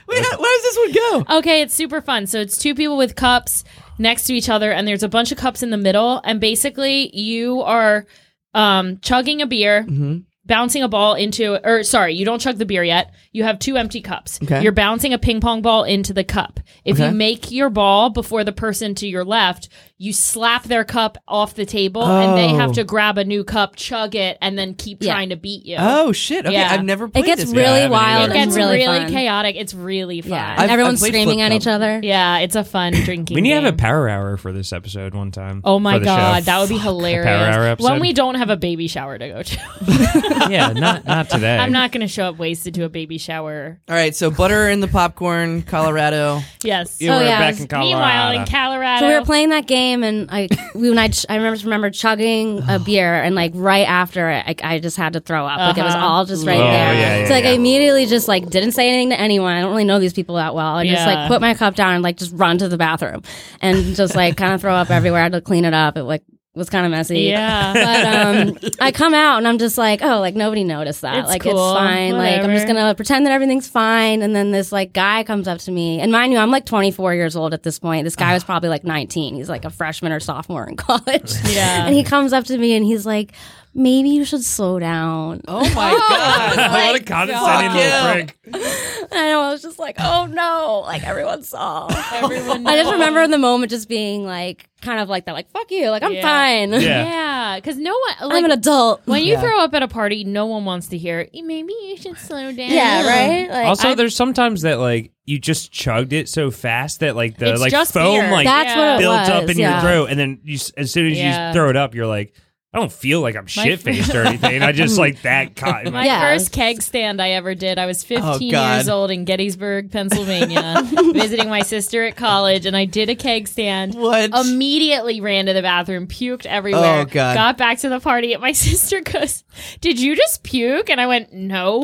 B: Wait, how, where does this one go?
A: okay, it's super fun. So it's two people with cups next to each other, and there's a bunch of cups in the middle, and basically you are um, chugging a beer.
C: Mm-hmm.
A: Bouncing a ball into, or sorry, you don't chug the beer yet. You have two empty cups.
B: Okay.
A: You're bouncing a ping pong ball into the cup. If
B: Okay.
A: you make your ball before the person to your left, you slap their cup off the table and they
B: Oh.
A: have to grab a new cup, chug it, and then keep
D: Yeah.
A: trying to beat you.
B: Oh shit. Okay,
A: Yeah.
B: I've never
D: It
B: played
D: gets
B: this.
C: Yeah, I
D: really
C: haven't
D: wild.
C: either.
A: it
D: and
A: gets
D: really,
A: really,
D: fun.
A: chaotic. It's really fun.
D: Yeah,
B: I've-
D: everyone's
B: I've played
D: screaming
B: flip
D: at each
B: cup.
D: other.
A: Yeah, it's a fun drinking.
C: We need to have a
A: game.
C: power hour for this episode one time.
A: Oh my
C: for the show.
A: god, that would be
C: Power hour
A: hilarious.
C: episode.
A: When we don't have a baby shower to go to,
C: yeah, not not today.
A: I'm not going to show up wasted to a baby shower.
B: All right, so butter in the popcorn, Colorado.
A: Yes. Uh,
C: You
D: Oh,
C: were
D: yeah.
C: back in Colorado.
A: Meanwhile, in Colorado,
D: So we were playing that game, and I we when I ch- I remember remember chugging a beer, and like right after it, I, I just had to throw up. Like it was
A: Uh-huh.
D: all just right
C: Oh,
D: there.
C: yeah, yeah,
D: so like I
C: yeah.
D: immediately just like didn't say anything to anyone. I don't really know these people that well. I just
A: Yeah.
D: like put my cup down and like just run to the bathroom, and just like kind of throw up everywhere. I had to clean it up. It like was kind of messy.
A: yeah.
D: But um, I come out and I'm just like, oh, like nobody noticed that.
A: It's
D: like it's
A: cool.
D: fine. Like I'm just
A: Whatever.
D: gonna pretend that everything's fine. And then this like guy comes up to me, and mind you, I'm like 24 years old at this point. This guy was
A: Ah.
D: probably like 19. He's like a freshman or sophomore in college.
A: Yeah.
D: and he comes up to me and he's like, maybe you should slow down.
B: Oh my god.
C: what a condescending little
B: yeah.
C: prick.
D: And I was just like, oh no, like everyone saw.
A: Everyone
D: I just
A: knows.
D: remember in the moment just being like, kind of like that, like fuck you, like I'm
A: Yeah.
D: fine.
C: Yeah.
A: Yeah, because no one. Like,
D: I'm an adult.
A: when you
B: Yeah.
A: throw up at a party, no one wants to hear. "Eh, Maybe you should slow down.
D: Yeah, right. Like,
C: Also,
D: I-
C: there's sometimes that like you just chugged it so fast that like the
A: It's
C: like
A: just
C: foam
A: beer.
C: like
D: That's
A: Yeah.
D: what it
C: built
D: was,
C: up in
D: yeah.
C: your throat, and then you s- as soon as
A: Yeah.
C: you throw it up, you're like, I don't feel like I'm
A: My-
C: shit faced or anything. I just like that cotton.
A: My
D: Yeah.
A: first keg stand I ever did, I was
C: Oh,
A: 15
B: God.
A: years old in Gettysburg, Pennsylvania, visiting my sister at college, and I did a keg stand.
B: What?
A: Immediately ran to the bathroom, puked everywhere.
B: Oh, God.
A: Got back to the party, and my sister goes, "Did you just puke?" And I went, "No,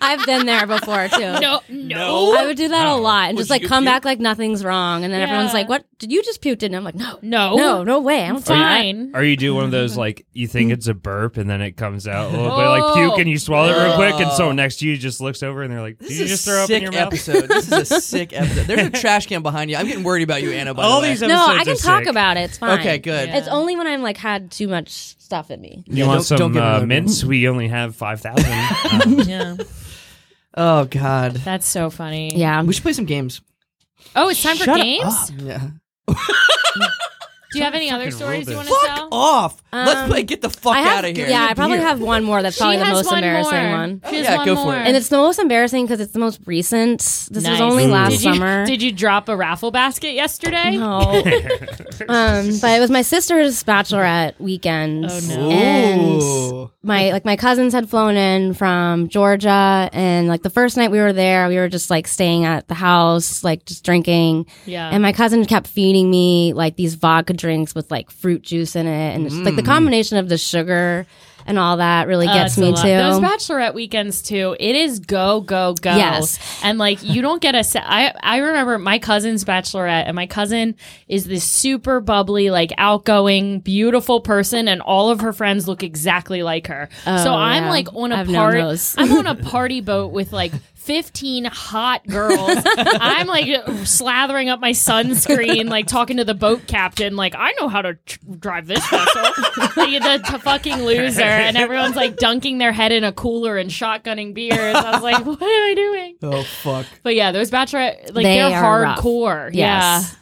D: I've been there before too.
A: no, no,
D: I would do that a lot and just like
B: Oh, you
D: come back like nothing's wrong, and then everyone's
A: Yeah.
B: Oh.
D: like, "What did you just puke?" Didn't I?" I'm like, "No,
A: no,
D: no, no way, I don't
A: fine.
C: Or you do one of those like you think it's a burp and then it comes out a little bit like
A: Oh.
C: puke and you swallow it real quick and someone next to you just looks over and they're like,
B: This
C: "Did you
B: is
C: just
B: a
C: throw up in
B: sick
C: your mouth?"
B: episode. This is a sick episode. There's a trash can behind you. I'm getting worried about you, Anna. By
C: All
B: the way.
C: these
D: no,
C: episodes
D: I
C: are
D: can talk
C: sick.
D: about it. It's fine.
B: Okay, good.
A: Yeah.
D: It's only when I'm like had too much stuff in me.
C: You
B: Yeah,
C: want
B: don't-
C: some
B: don't give
C: uh,
B: another-
C: mints? We only have five thousand.
A: yeah.
B: Oh God.
A: That's so funny.
D: Yeah.
B: We should play some games. Ah,
A: Oh, it's time
C: Shut
A: for games?
C: up.
B: Yeah.
A: Do you have any other
C: Fucking
A: stories you
C: rule
A: want
C: this.
A: to
B: Fuck
A: tell?
B: off. Let's
D: Um,
B: play. Get the fuck
D: I have,
B: out of here.
D: Yeah, I probably have one more. That's probably
A: she
D: the
A: has
D: most
A: one
D: embarrassing
A: more.
D: one.
A: She has
B: Yeah,
A: one
B: go
A: more.
B: for it.
D: And it's the most embarrassing because it's the most recent. This
A: Nice.
D: was only
A: Ooh.
D: last
A: did you,
D: summer.
A: Did you drop a raffle basket yesterday?
D: no.
C: Uh,
D: um, but it was my sister's bachelorette weekend.
A: Oh, no.
D: And
B: Ooh.
D: my like my cousins had flown in from Georgia and like the first night we were there, we were just like staying at the house, like just drinking.
A: Yeah.
D: And my cousin kept feeding me like these vodka drinks with like fruit juice in it, and it's like the
B: Mm.
D: combination of the sugar and all that really
A: Uh,
D: gets
A: it's a
D: me
A: lot.
D: too.
A: Those bachelorette weekends too. It is go go go.
D: Yes.
A: and like you don't get a. Se- I I remember my cousin's bachelorette, and my cousin is this super bubbly, like outgoing, beautiful person, and all of her friends look exactly like her. so I'm
D: Oh, yeah.
A: like on a
D: I've known
A: party.
D: those.
A: I'm on a party boat with like. 15 hot girls. I'm like slathering up my sunscreen, like talking to the boat captain, like, I know how to tr- drive this vessel. like, the t- fucking loser. And everyone's like dunking their head in a cooler and shotgunning beers. I was like, what am I doing?
B: Oh fuck.
A: But yeah, those bachelorette, like,
D: They
A: they are
D: are rough.
A: hardcore. Yeah.
D: Yes.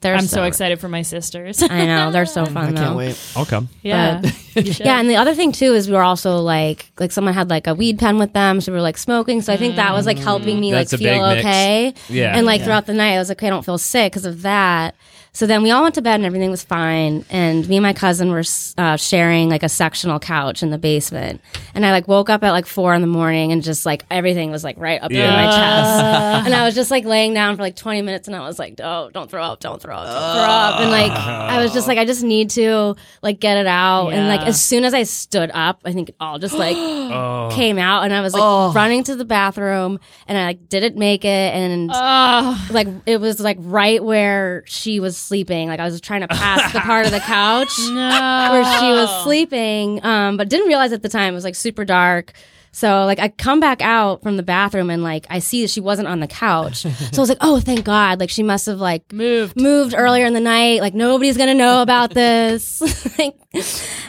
D: They're
A: I'm so excited for my sisters.
D: I know they're so fun.
B: I
D: though.
B: can't wait.
C: I'll come.
A: yeah. You should.
D: Yeah, and the other thing too is we were also like like someone had like a weed pen with them, so we were like smoking. So I think that was like helping me
C: That's
D: like
C: a big
D: feel
C: mix.
D: okay.
C: Yeah.
D: and like throughout the night, I was like, okay, I don't feel sick because of that. So then we all went to bed and everything was fine. And me and my cousin were uh, sharing like a sectional couch in the basement. And I like woke up at like four in the morning and just like everything was like right up in
C: Yeah.
D: my chest. and I was just like laying down for like 20 minutes and I was like, oh, don't throw up, don't throw up, don't throw up. And like I was just like, I just need to like get it out. And like
A: Yeah.
D: as soon as I stood up, I think it all just like
C: Oh,
D: came out and I was like
B: Oh.
D: running to the bathroom and I like didn't make it and
A: Oh,
D: like it was like right where she was sleeping. Like I was trying to pass the part of the couch
A: no.
D: where she was sleeping, um, but didn't realize at the time it was like super dark. So like I come back out from the bathroom and like I see that she wasn't on the couch. So I was like, oh thank God, like she must have like
A: Moved.
D: moved earlier in the night. Like nobody's gonna know about this. like,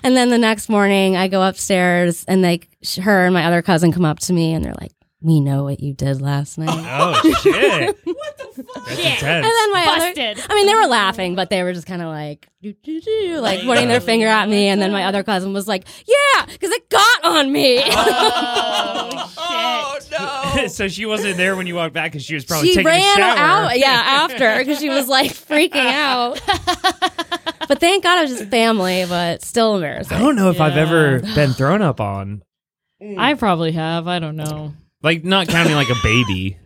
D: and then the next morning, I go upstairs, and like sh- her and my other cousin come up to me, and they're like, "We know what you did last night."
C: oh shit! what the fuck? That's intense.
D: And then my
A: Busted.
D: other, I mean, they were laughing, but they were just kind of like, doo, doo, doo, like pointing their finger at me. And then my other cousin was like, "Yeah, because it got on me."
A: Oh, shit.
B: no.
C: so she wasn't there when you walked back because she was probably
D: she
C: taking a
D: ran
C: shower.
D: out, yeah, after because she was like freaking out. but thank God it was just family, but still embarrassing.
C: I don't know if I've
A: Yeah.
C: ever been thrown up on,
A: I probably have. I don't know.
C: like not counting like a baby.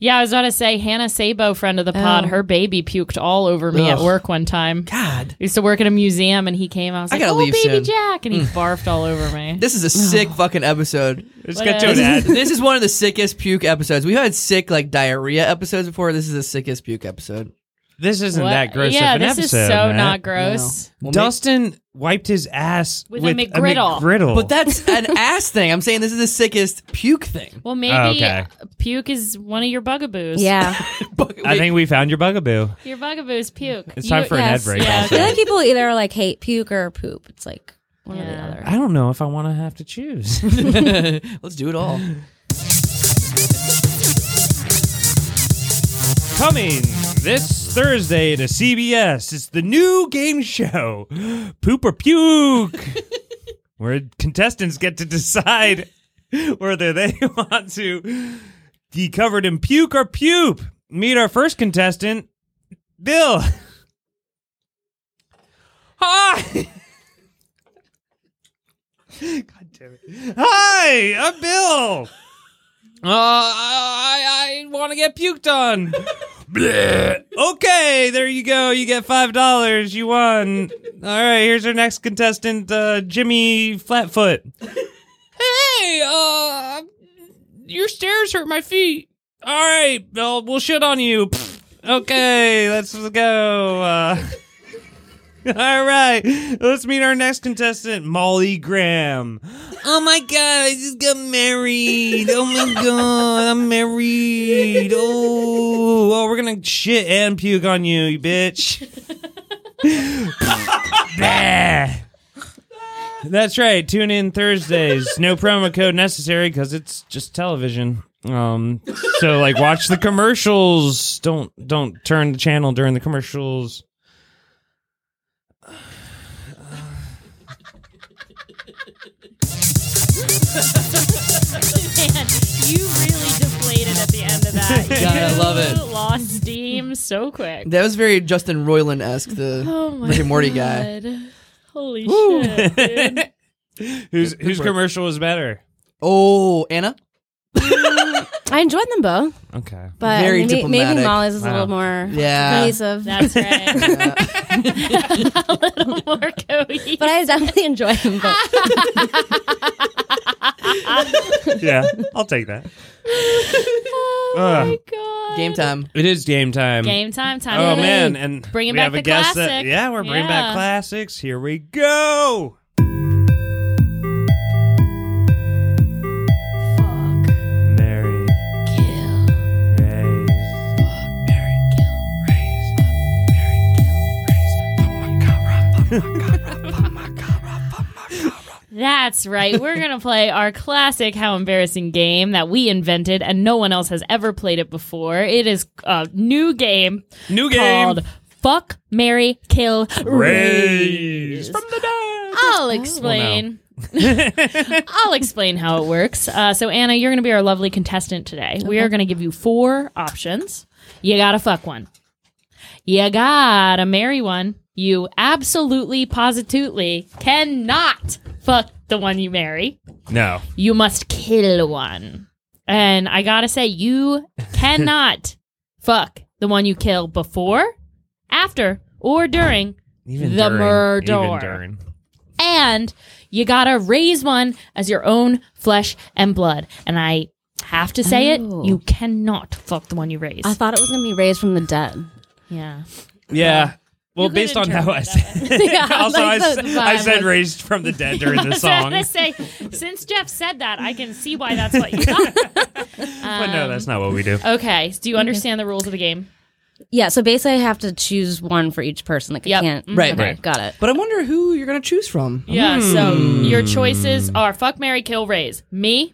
A: Yeah, I was about to say Hannah Sabo, friend of the pod,
D: Oh.
A: her baby puked all over me at
B: Ugh.
A: work one time.
B: God.
A: I used to work at a museum, and he came. I was
B: I
A: like,
B: gotta
A: "Oh,
B: leave
A: baby
B: soon."
A: Jack," and he barfed all over me.
B: This is a sick fucking episode.
C: Let's
A: What
C: get to
A: else?
C: an ad.
B: this is one of the sickest puke episodes. We've had sick like diarrhea episodes before. This is the sickest puke episode.
C: This isn't
A: What?
C: that gross
A: Yeah,
C: of an
A: this
C: episode.
A: is so
C: Matt.
A: not gross.
B: No. Well,
C: Dustin wiped his ass
A: With
C: with,
A: a McGriddle.
C: McGriddle.
B: But that's an ass thing. I'm saying this is the sickest puke thing.
A: Well, maybe
C: Oh, okay.
A: puke is one of your bugaboos.
D: Yeah.
B: But
C: I
B: wait,
C: think we found your bugaboo.
A: your bugaboos puke.
C: It's time for an ad
D: yes,
C: break.
A: yeah.
D: I feel
C: also.
D: like people either like hate puke or poop. It's like one
A: Yeah.
D: or the
C: I
D: other.
C: don't know if I want to have to choose.
B: let's do it all.
C: Coming this Thursday to CBS, it's the new game show, Poop or Puke, where contestants get to decide whether they want to be covered in puke or puke. Meet our first contestant, Bill. Hi! God damn it. Hi, I'm Bill. Uh, I, I want to get puked on. Bleh. okay, there you go. You get five dollars. You won. All right, here's our next contestant, uh, Jimmy Flatfoot. hey, uh, your stairs hurt my feet. All right, well, we'll shit on you. okay, let's go. Uh, All right, let's meet our next contestant, Molly Graham. Oh my god, I just got married. Oh my god, I'm married. Oh, oh, we're gonna shit and puke on you, you bitch. Bah. That's right. Tune in Thursdays. No promo code necessary because it's just television. Um, so like, watch the commercials. Don't don't turn the channel during the commercials.
A: Man, you really deflated at the end of that.
B: God, I
A: You
B: love it.
A: Lost steam so quick.
B: That was very Justin Roiland esque, the
A: Oh my
B: Rick and Morty guy.
A: God. Holy
B: Woo.
A: shit. dude.
C: Whose whose
B: work.
C: commercial was better?
B: Oh, Anna?
D: I enjoyed them both,
C: Okay.
D: but
B: Very
D: maybe, maybe
B: diplomatic.
D: Molly's is a
C: Wow.
D: little more
B: Yeah.
D: cohesive.
A: That's right.
B: Yeah.
A: a little more cohesive.
D: but I definitely enjoyed them both.
C: Yeah, I'll take that.
A: Oh my
C: Ugh.
A: god.
B: Game time.
C: It is game time.
A: Game time. Time.
C: Oh
A: to
C: man,
A: leave.
C: and
A: Bringing
C: we
A: back
C: have a
A: the
C: guest that
A: classic.
C: yeah, we're bringing
A: Yeah.
C: back classics. Here we go. Mary, raise,
A: That's right. We're going to play our classic How Embarrassing game that we invented and no one else has ever played it before. It is a new game
C: new game,
A: called Fuck, Mary, Kill,
C: raise
A: Raise.
C: from the dead.
A: I'll explain. I'll explain how it works. Uh, so, Anna, you're going to be our lovely contestant today. We are going to give you four options. You got to fuck one. You got to marry one. You absolutely, positively cannot fuck the one you marry.
C: No,
A: You must kill one. And I got to say, you cannot fuck the one you kill before, after, or during
C: even
A: The
C: during,
A: murderer.
C: Even during.
A: and you gotta raise one as your own flesh and blood. And I have to say
D: Oh.
A: it, you cannot fuck the one you raise.
D: I thought it was gonna be raised from the dead.
A: yeah.
C: Yeah. Well,
A: could
C: based on how I
A: interpret
C: said,
D: Yeah,
C: also
D: like
C: I,
D: the
C: said, I
D: vibe
C: said
D: was-
C: raised from the dead during the
A: So I
C: song,
A: was gonna say, since Jeff said that, I can see why that's what you thought.
C: but no, that's not what we do.
A: Okay. Do you understand the rules of the game?
D: Yeah, so basically I have to choose one for each person. Like
A: Yep.
D: I can't.
A: Right,
D: okay,
C: right.
D: Got it.
B: But I wonder who you're going to choose from.
C: Hmm.
A: Yeah. So your choices are fuck, Mary, kill, raise me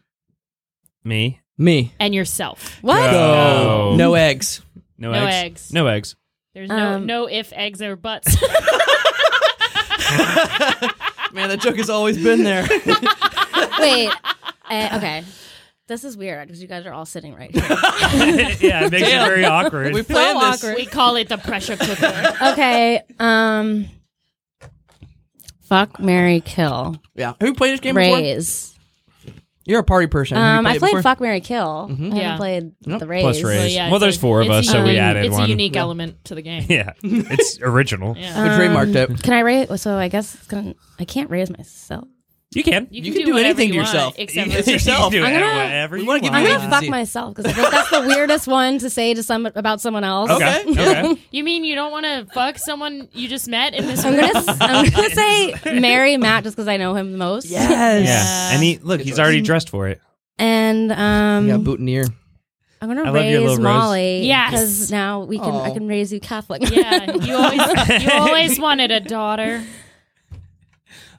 C: Me,
B: Me.
A: and yourself.
D: What?
C: Oh.
B: No eggs.
A: No eggs.
C: No eggs.
A: There's no
D: Um,
A: no if eggs or buts.
B: Man, that joke has always been there.
D: Wait. uh, okay. This is weird because you guys are all sitting right here.
C: yeah, it makes it very awkward.
B: we planned this.
A: we call it the pressure cooker.
D: okay. Um. Fuck Mary Kill
B: Yeah. Have you played this game before?
D: Raise.
B: You're a party person. Have you
D: Um, I
B: it
D: played
B: before?
D: Fuck Mary Kill. I haven't
A: Yeah.
D: played
B: Nope.
D: the Raise.
C: Plus Raise.
A: yeah,
C: Well,
A: it's
C: there's four of
A: it's
C: us,
A: a
C: so we
A: unique-
C: added
A: it's
C: one.
A: a unique element to the game.
C: Yeah, it's original.
A: Oh, Yeah.
B: I trademarked it.
D: Can I raise? So I guess it's gonna. I can't raise myself.
C: You can.
B: You can do
A: whatever
B: anything
A: you
B: to
A: want,
B: yourself.
A: except
C: You
A: for
C: can
B: yourself.
C: do
D: I'm
C: it
D: gonna-
C: whatever
B: we
C: you
B: wanna
C: want.
B: give
D: I'm
B: you
D: gonna fuck
B: agency.
D: myself because I think that's the weirdest one to say to some about someone else.
C: Okay.
B: Okay.
C: okay.
A: You mean you don't want to fuck someone you just met in this
D: I'm
A: room?
D: gonna s- I'm gonna say marry Matt just because I know him the most.
B: Yes.
C: Yeah. And he look, he's already dressed for it.
D: And um,
B: Yeah, boutonniere.
D: I'm gonna
C: I love your
D: raise
C: little rose.
D: Molly.
A: Yes.
D: because now we can I
B: Aw.
D: can raise you Catholic.
A: yeah, you always you always wanted a daughter.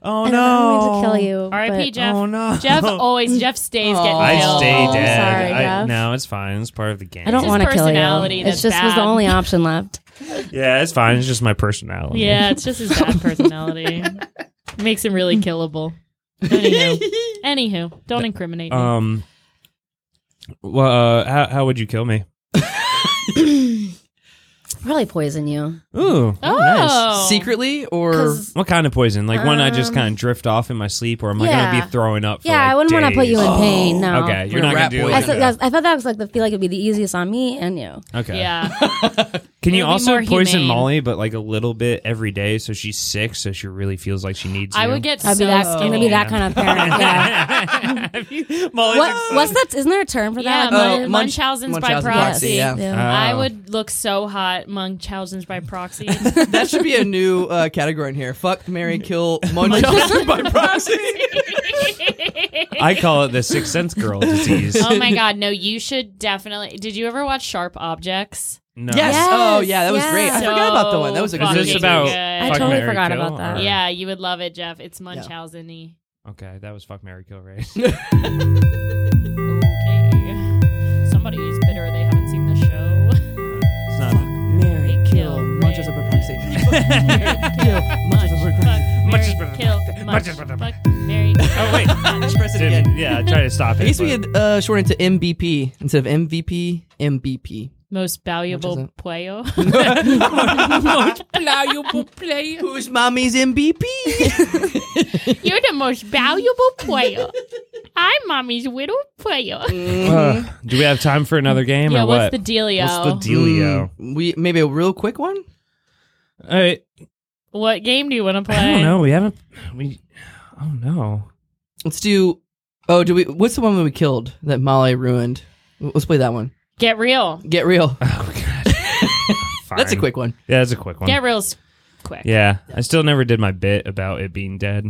C: Oh
D: And I'm going to kill you.
A: R.I.P.
D: but-
A: Jeff.
C: Oh no.
A: Jeff always Jeff stays getting
B: Aw.
C: I
A: killed.
C: stay
D: Oh, I'm
C: dead.
D: sorry,
C: I-
D: Jeff.
C: no, it's fine. It's part of the game.
D: I don't
A: his
D: want to kill you.
A: personality
D: It's
A: that's
D: just was the
A: bad.
D: only option left.
C: Yeah, it's fine. It's just my personality.
A: Yeah, it's just his bad personality makes him really killable. Anywho, Anywho don't incriminate me.
C: Um. Well, uh, how how would you kill me?
D: Probably poison you.
C: Ooh.
A: oh,
B: Secretly or
D: 'Cause-
C: What kind of poison? Like one I just
D: Um,
C: kind of drift off in my sleep, or am I going
D: yeah.
C: to be throwing up? For
D: yeah,
C: like
D: I wouldn't want to put you in
B: days.
D: pain.
B: Oh,
D: No.
C: Okay,
B: We're
C: you're not going
B: rat
C: to do
B: boys.
D: I,
C: it.
D: thought that was, I thought that was like the feel like it'd be the easiest on me and you.
C: Okay.
A: yeah.
C: Can
A: It'll
C: you
A: be
C: also
A: more
C: poison
A: humane.
C: Molly, but like a little bit every day, so she's sick, so she really feels like she needs.
A: I
C: you?
A: would get
D: I'd be
A: so
D: that. I'm
A: skinny.
D: gonna be that kind of parent. Yeah.
C: Molly's
D: What? What's that? Isn't there a term for
A: yeah,
D: that?
B: Oh,
A: Mun-
B: Munch-
A: Munchausen's by
B: Munchausen by
A: proxy.
B: proxy, yeah.
C: Uh,
A: I
C: Oh.
A: would look so hot, Munchausen's by proxy.
B: That should be a new uh, category in here. Fuck, Mary, kill Munchausen by proxy.
C: I call it the sixth sense girl disease.
A: oh my god, no! You should definitely. Did you ever watch Sharp Objects?
C: No.
B: Yes.
D: Yes,
B: Oh yeah, that was
D: yeah.
B: great. I forgot about the one. That was a
A: So
B: good.
C: Is
A: fucking
C: this
B: series.
C: about?
A: good.
D: I
C: fuck,
D: totally
C: Marry,
D: forgot
C: Kill,
D: about that.
C: or-
A: Yeah, you would love it, Jeff. It's Munchausen-y.
C: Okay, that was fuck Mary Kill, right?
A: Okay. Somebody is bitter. They haven't seen the show.
C: It's not.
B: Mary,
A: kill Munchausen
B: by proxy.
A: kill,
B: Munchausen by proxy.
A: Munch, fuck,
C: Munchausen by
A: Mary, kill,
C: proxy.
A: Munch,
C: Munchausen by
A: fuck, Mary.
C: Oh wait,
B: Let's press it
C: Didn't-
B: again.
C: yeah, I tried to stop it.
B: I guess we
C: but-
B: could uh, shorten it to MBP instead of MVP. MVP.
A: Most valuable
B: Munchausen.
A: player.
C: Uh,
B: Who's mommy's MVP?
A: You're the most valuable player. I'm mommy's widow player.
C: Uh, do we have time for another game
A: Mm-hmm. yeah,
C: or
A: what's
C: what?
A: the dealio?
C: What's the dealio?
B: Mm, we maybe a real quick one.
C: All right.
A: what game do you want to play?
C: I don't know. We haven't. We. I don't know.
B: Let's do. Oh, do we? What's the one that we killed that Molly ruined? Let's play that one.
A: Get real.
B: Get real.
C: Oh god.
B: That's a
C: Fine.
B: quick one.
C: Yeah, that's a quick one.
A: Get real's quick.
C: Yeah, I still never did my bit about it being dead.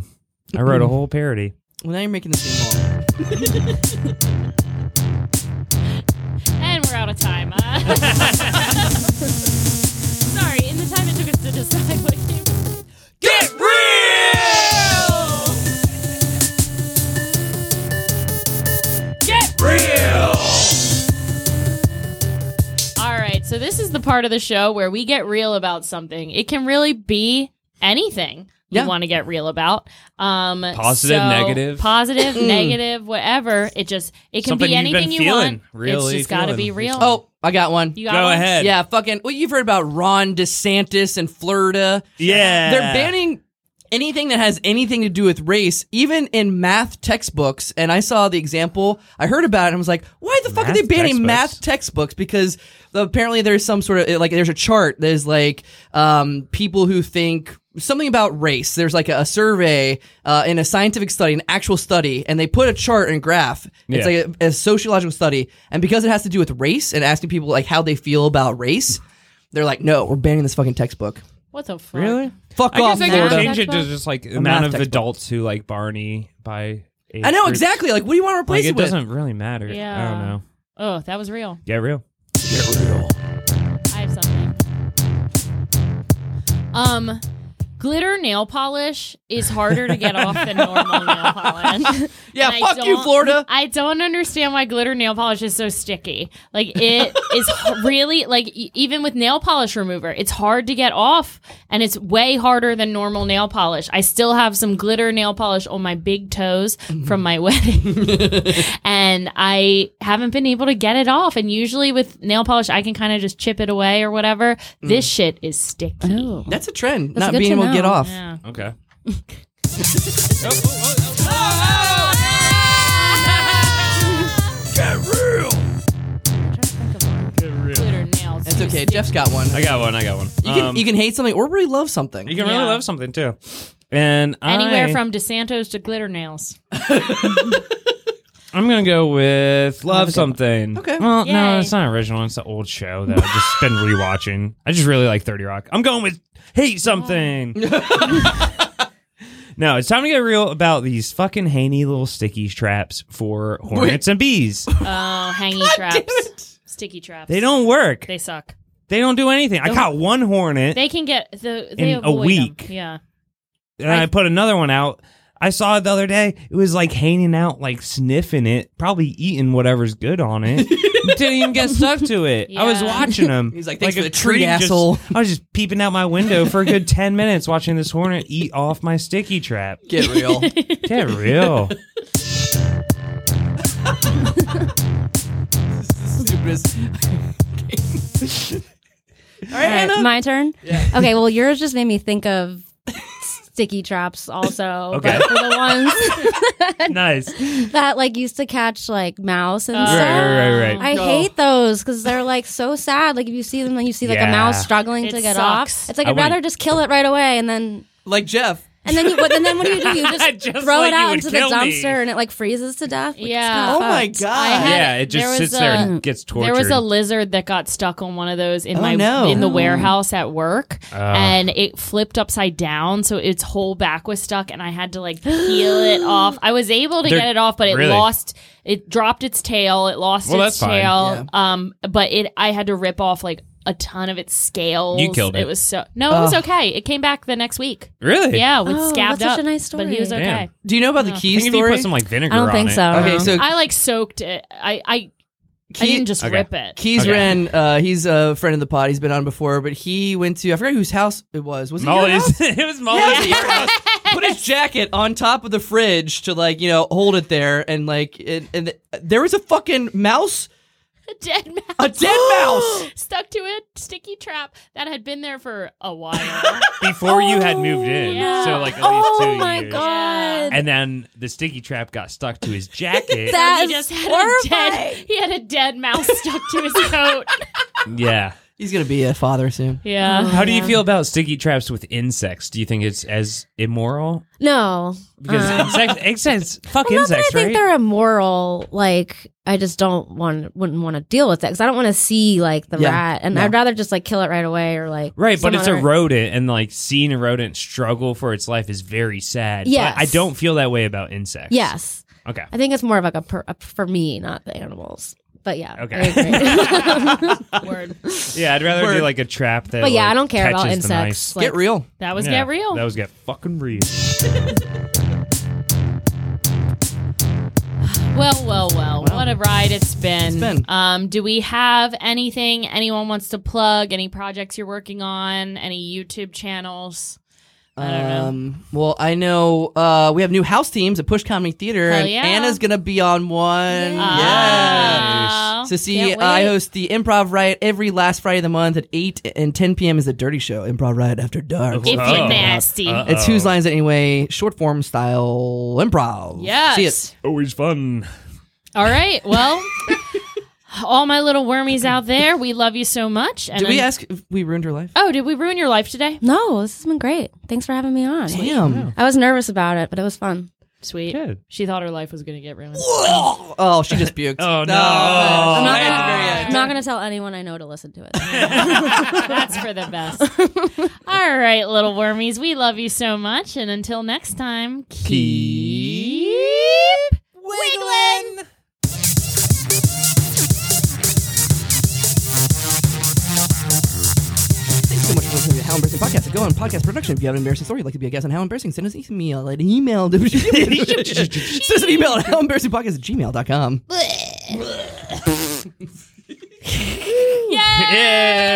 C: I wrote a whole parody.
B: Well, now you're making this game more.
A: And we're out of time. Uh, sorry, in the time it took us to decide what game.
B: Get real.
A: All right, so this is the part of the show where we get real about something. It can really be anything you
B: Yeah.
A: want to get real about. Um,
C: Positive,
A: so-
C: negative.
A: positive, negative, whatever. It just it can
C: Something
A: be
C: you've been
A: anything you
C: feeling,
A: want.
C: really
A: it's just got to
C: feeling.
A: be real.
B: Oh, I got one.
A: you got
C: Go
A: one?
C: ahead.
B: Yeah, fucking. Well, you've heard about Ron DeSantis and Florida.
C: Yeah.
B: They're banning anything that has anything to do with race, even in math textbooks. And I saw the example. I heard about it and was like, why the fuck are
C: Math
B: they banning
C: textbooks?
B: math textbooks? Because apparently there's some sort of like there's a chart. There's like um, people who think something about race. There's like a, a survey uh, in a scientific study, an actual study, and they put a chart and graph. It's
C: Yeah.
B: like a, a sociological study, and because it has to do with race and asking people like how they feel about race. They're like, no, we're banning this fucking textbook.
A: What the fuck?
C: Really?
B: Fuck
C: I
B: off, Florida.
C: guess I could
A: Florida.
C: change it to
A: Textbook?
C: just like the
B: A
C: amount
B: math
C: of
B: textbook.
C: adults who like Barney by. age
B: I know
C: group.
B: exactly. Like, what do you want to
C: Like
B: replace
C: it
B: it with?
C: doesn't really matter. I
A: Yeah.
C: don't know.
A: Oh, that was real.
C: Get real.
A: I have something. Um, glitter nail polish is harder to get off than normal nail polish.
B: Yeah,
A: And I
B: fuck you,
A: don't-
B: Florida.
A: I don't understand why glitter nail polish is so sticky. Like it is h- really like e- even with nail polish remover, it's hard to get off, and it's way harder than normal nail polish. I still have some glitter nail polish on my big toes from my wedding, and I haven't been able to get it off. And usually with nail polish, I can kind of just chip it away or whatever. This shit is sticky.
D: Oh.
B: That's a trend.
D: That's
B: not
D: good
B: being
D: to
B: able to get
D: know.
B: off.
A: Yeah.
C: Okay. Get real.
A: Glitter nails.
B: It's okay. Jeff's got one.
C: I got one. I got one.
B: You can,
C: Um,
B: you can hate something or really love something.
C: you can really
A: Yeah.
C: love something too. And
A: Anywhere
C: I,
A: from DeSantos to glitter nails.
C: I'm gonna go with love something.
B: Okay.
C: Well, no,
A: Yay.
C: it's not original. It's an old show that I've just been rewatching. I just really like Thirty Rock. I'm going with hate something. no, it's time to get real about these fucking haney little sticky traps for hornets and bees.
A: Oh, hangy traps. Sticky traps.
C: They don't work.
A: They suck.
C: They don't do anything. I caught one hornet
A: They can get the they
C: In a
A: avoid them.
C: week.
A: Yeah.
C: and I put another one out. I saw it the other day. It was like hanging out, like sniffing it, probably eating whatever's good on it. Didn't even get stuck to it. I was
A: Yeah.
C: watching him.
B: He's like, "Thanks for
C: a
B: the treat,
C: creep just-
B: asshole."
C: I was just peeping out my window for a good ten minutes, watching this hornet eat off my sticky trap.
B: Get real.
C: Get real.
B: Stupidest.
D: All right, my turn. Okay, well, yours just made me think of sticky traps also.
C: Okay.
D: But for the ones
C: nice.
D: that like used to catch like mouse and
A: Oh.
D: stuff.
C: Right, right, right, right.
D: I
B: No.
D: hate those because they're like so sad. Like if you see them, then you see like
C: Yeah.
D: a mouse struggling
A: It
D: to get
A: sucks.
D: off. It's like
C: I
D: I'd rather
C: wouldn't-
D: just kill it right away, and then
B: like Jeff.
D: and then you, but then what do you do? You just,
C: Just
D: throw
C: like
D: it
C: you
D: out
C: would
D: into the
C: kill me.
D: dumpster, and it like freezes to death. Like, it's
A: Yeah.
D: kinda
B: Oh my
D: fucked.
B: God.
A: I had-
C: Yeah, it just
A: there was
C: sits there
A: a-
C: and gets tortured.
A: There was a lizard that got stuck on one of those in
B: Oh,
A: my
B: no.
A: in the warehouse at work,
C: Oh.
A: and it flipped upside down, so its whole back was stuck, and I had to like peel it off. I was able to
C: They're-
A: get it off, but it
C: really?
A: lost. It dropped its tail. It lost
C: Well,
A: its
C: that's fine.
A: tail. Um, but it, I had to rip off like a ton of its scales.
C: You killed it.
A: It was so no, it was okay. It came back the next week.
C: really.
A: Yeah, with
D: Oh,
A: scabbed
D: that's such
A: up.
D: a nice
A: But he was
D: story.
A: okay.
C: Damn.
B: Do you know about the
A: Yeah.
C: I
B: key
C: think if you
B: story?
C: put some like vinegar
D: I don't
C: on
D: think
C: it-
D: so.
B: okay,
D: no.
B: so
A: I like soaked it. I I, I
B: Key-
A: didn't just
C: Okay.
A: rip it.
B: Keys
C: Okay.
B: ran. Uh, he's a friend of the pod. He's been on before, but he went to I forget whose house it was. Was it your house?
C: Molly's. it was Molly's.
B: Yeah, it was your house. Put his jacket on top of the fridge to like you know hold it there, and like it, and th- there was a fucking mouse,
A: a dead mouse.
B: a dead mouse.
A: stuck to a sticky trap that had been there for a while.
C: before you had moved in.
A: no.
C: So like at least two
D: Oh my
C: years.
D: god.
C: And then the sticky trap got stuck to his jacket.
D: That
A: he
D: is
A: just had a dead.
D: horrifying.
A: He had a dead mouse stuck to his coat.
C: yeah.
B: He's gonna be a father soon.
A: Yeah.
C: How do you feel about sticky traps with insects? Do you think it's as immoral?
D: No.
C: Because
D: Um,
C: insects, insects, fuck
D: well, not that I
C: insects,
D: think
C: right?
D: they're immoral. Like I just don't want, wouldn't want to deal with that because I don't want to see like the
B: Yeah,
D: rat, and
B: no.
D: I'd rather just like kill it right away or like
C: Right, but
D: some
C: it's a
D: other-
C: rodent, and like seeing a rodent struggle for its life is very sad. But
D: Yes.
C: I don't feel that way about insects.
D: Yes,
C: Okay.
D: I think it's more of like a, per, a for me, not the animals. But yeah, I
C: Okay.
D: agree.
A: Word.
C: Yeah, I'd rather
B: Word.
C: do like a trap that.
D: but yeah,
C: like,
D: I don't care about
C: catches the
D: insects.
C: mice.
D: Like,
B: Get real.
A: That was
C: Yeah,
A: get real.
C: That was get fucking real.
A: well, well, well, What a ride it's been.
B: It's been.
A: Um, do we have anything anyone wants to plug? Any projects you're working on? Any YouTube channels? I don't know.
B: Um, well, I know uh, we have new house teams at Push Comedy Theater,
A: Hell
B: and
A: yeah.
B: Anna's gonna be on one. Yeah.
A: Ah.
B: So see,
A: Can't wait.
B: I host the Improv Riot every last Friday of the month at eight and ten p.m. is the Dirty Show Improv Riot after dark.
A: If you're
C: Oh.
A: nasty.
C: Uh-oh.
B: It's whose lines anyway? Short form style improv.
A: Yes.
B: See it.
C: Always fun.
A: All right. Well, all my little wormies out there, we love you so much. And
B: Did we
A: un-
B: ask if we ruined her life?
A: Oh, did we ruin your life today?
D: no, this has been great. Thanks for having me on.
C: Oh,
B: Damn.
D: I was nervous about it, but it was fun.
A: Sweet.
C: Good.
A: She thought her life was going to get ruined.
B: Oh, she just puked.
C: Oh, no.
B: Oh,
D: I'm not,
B: at the
D: gonna,
B: very
D: I'm
B: end.
D: not gonna tell anyone I know to listen to it.
A: That's for the best. All right, little wormies, we love you so much. And until next time, keep
B: Wiggling. Thanks so much for listening to the How Embarrassing Podcast. Go on podcast production. If you have an embarrassing story, you'd like to be a guest on How Embarrassing, send us an email at email. send us an email at howembarrassingpodcast at gmail.com.
A: Yay!
C: Yeah.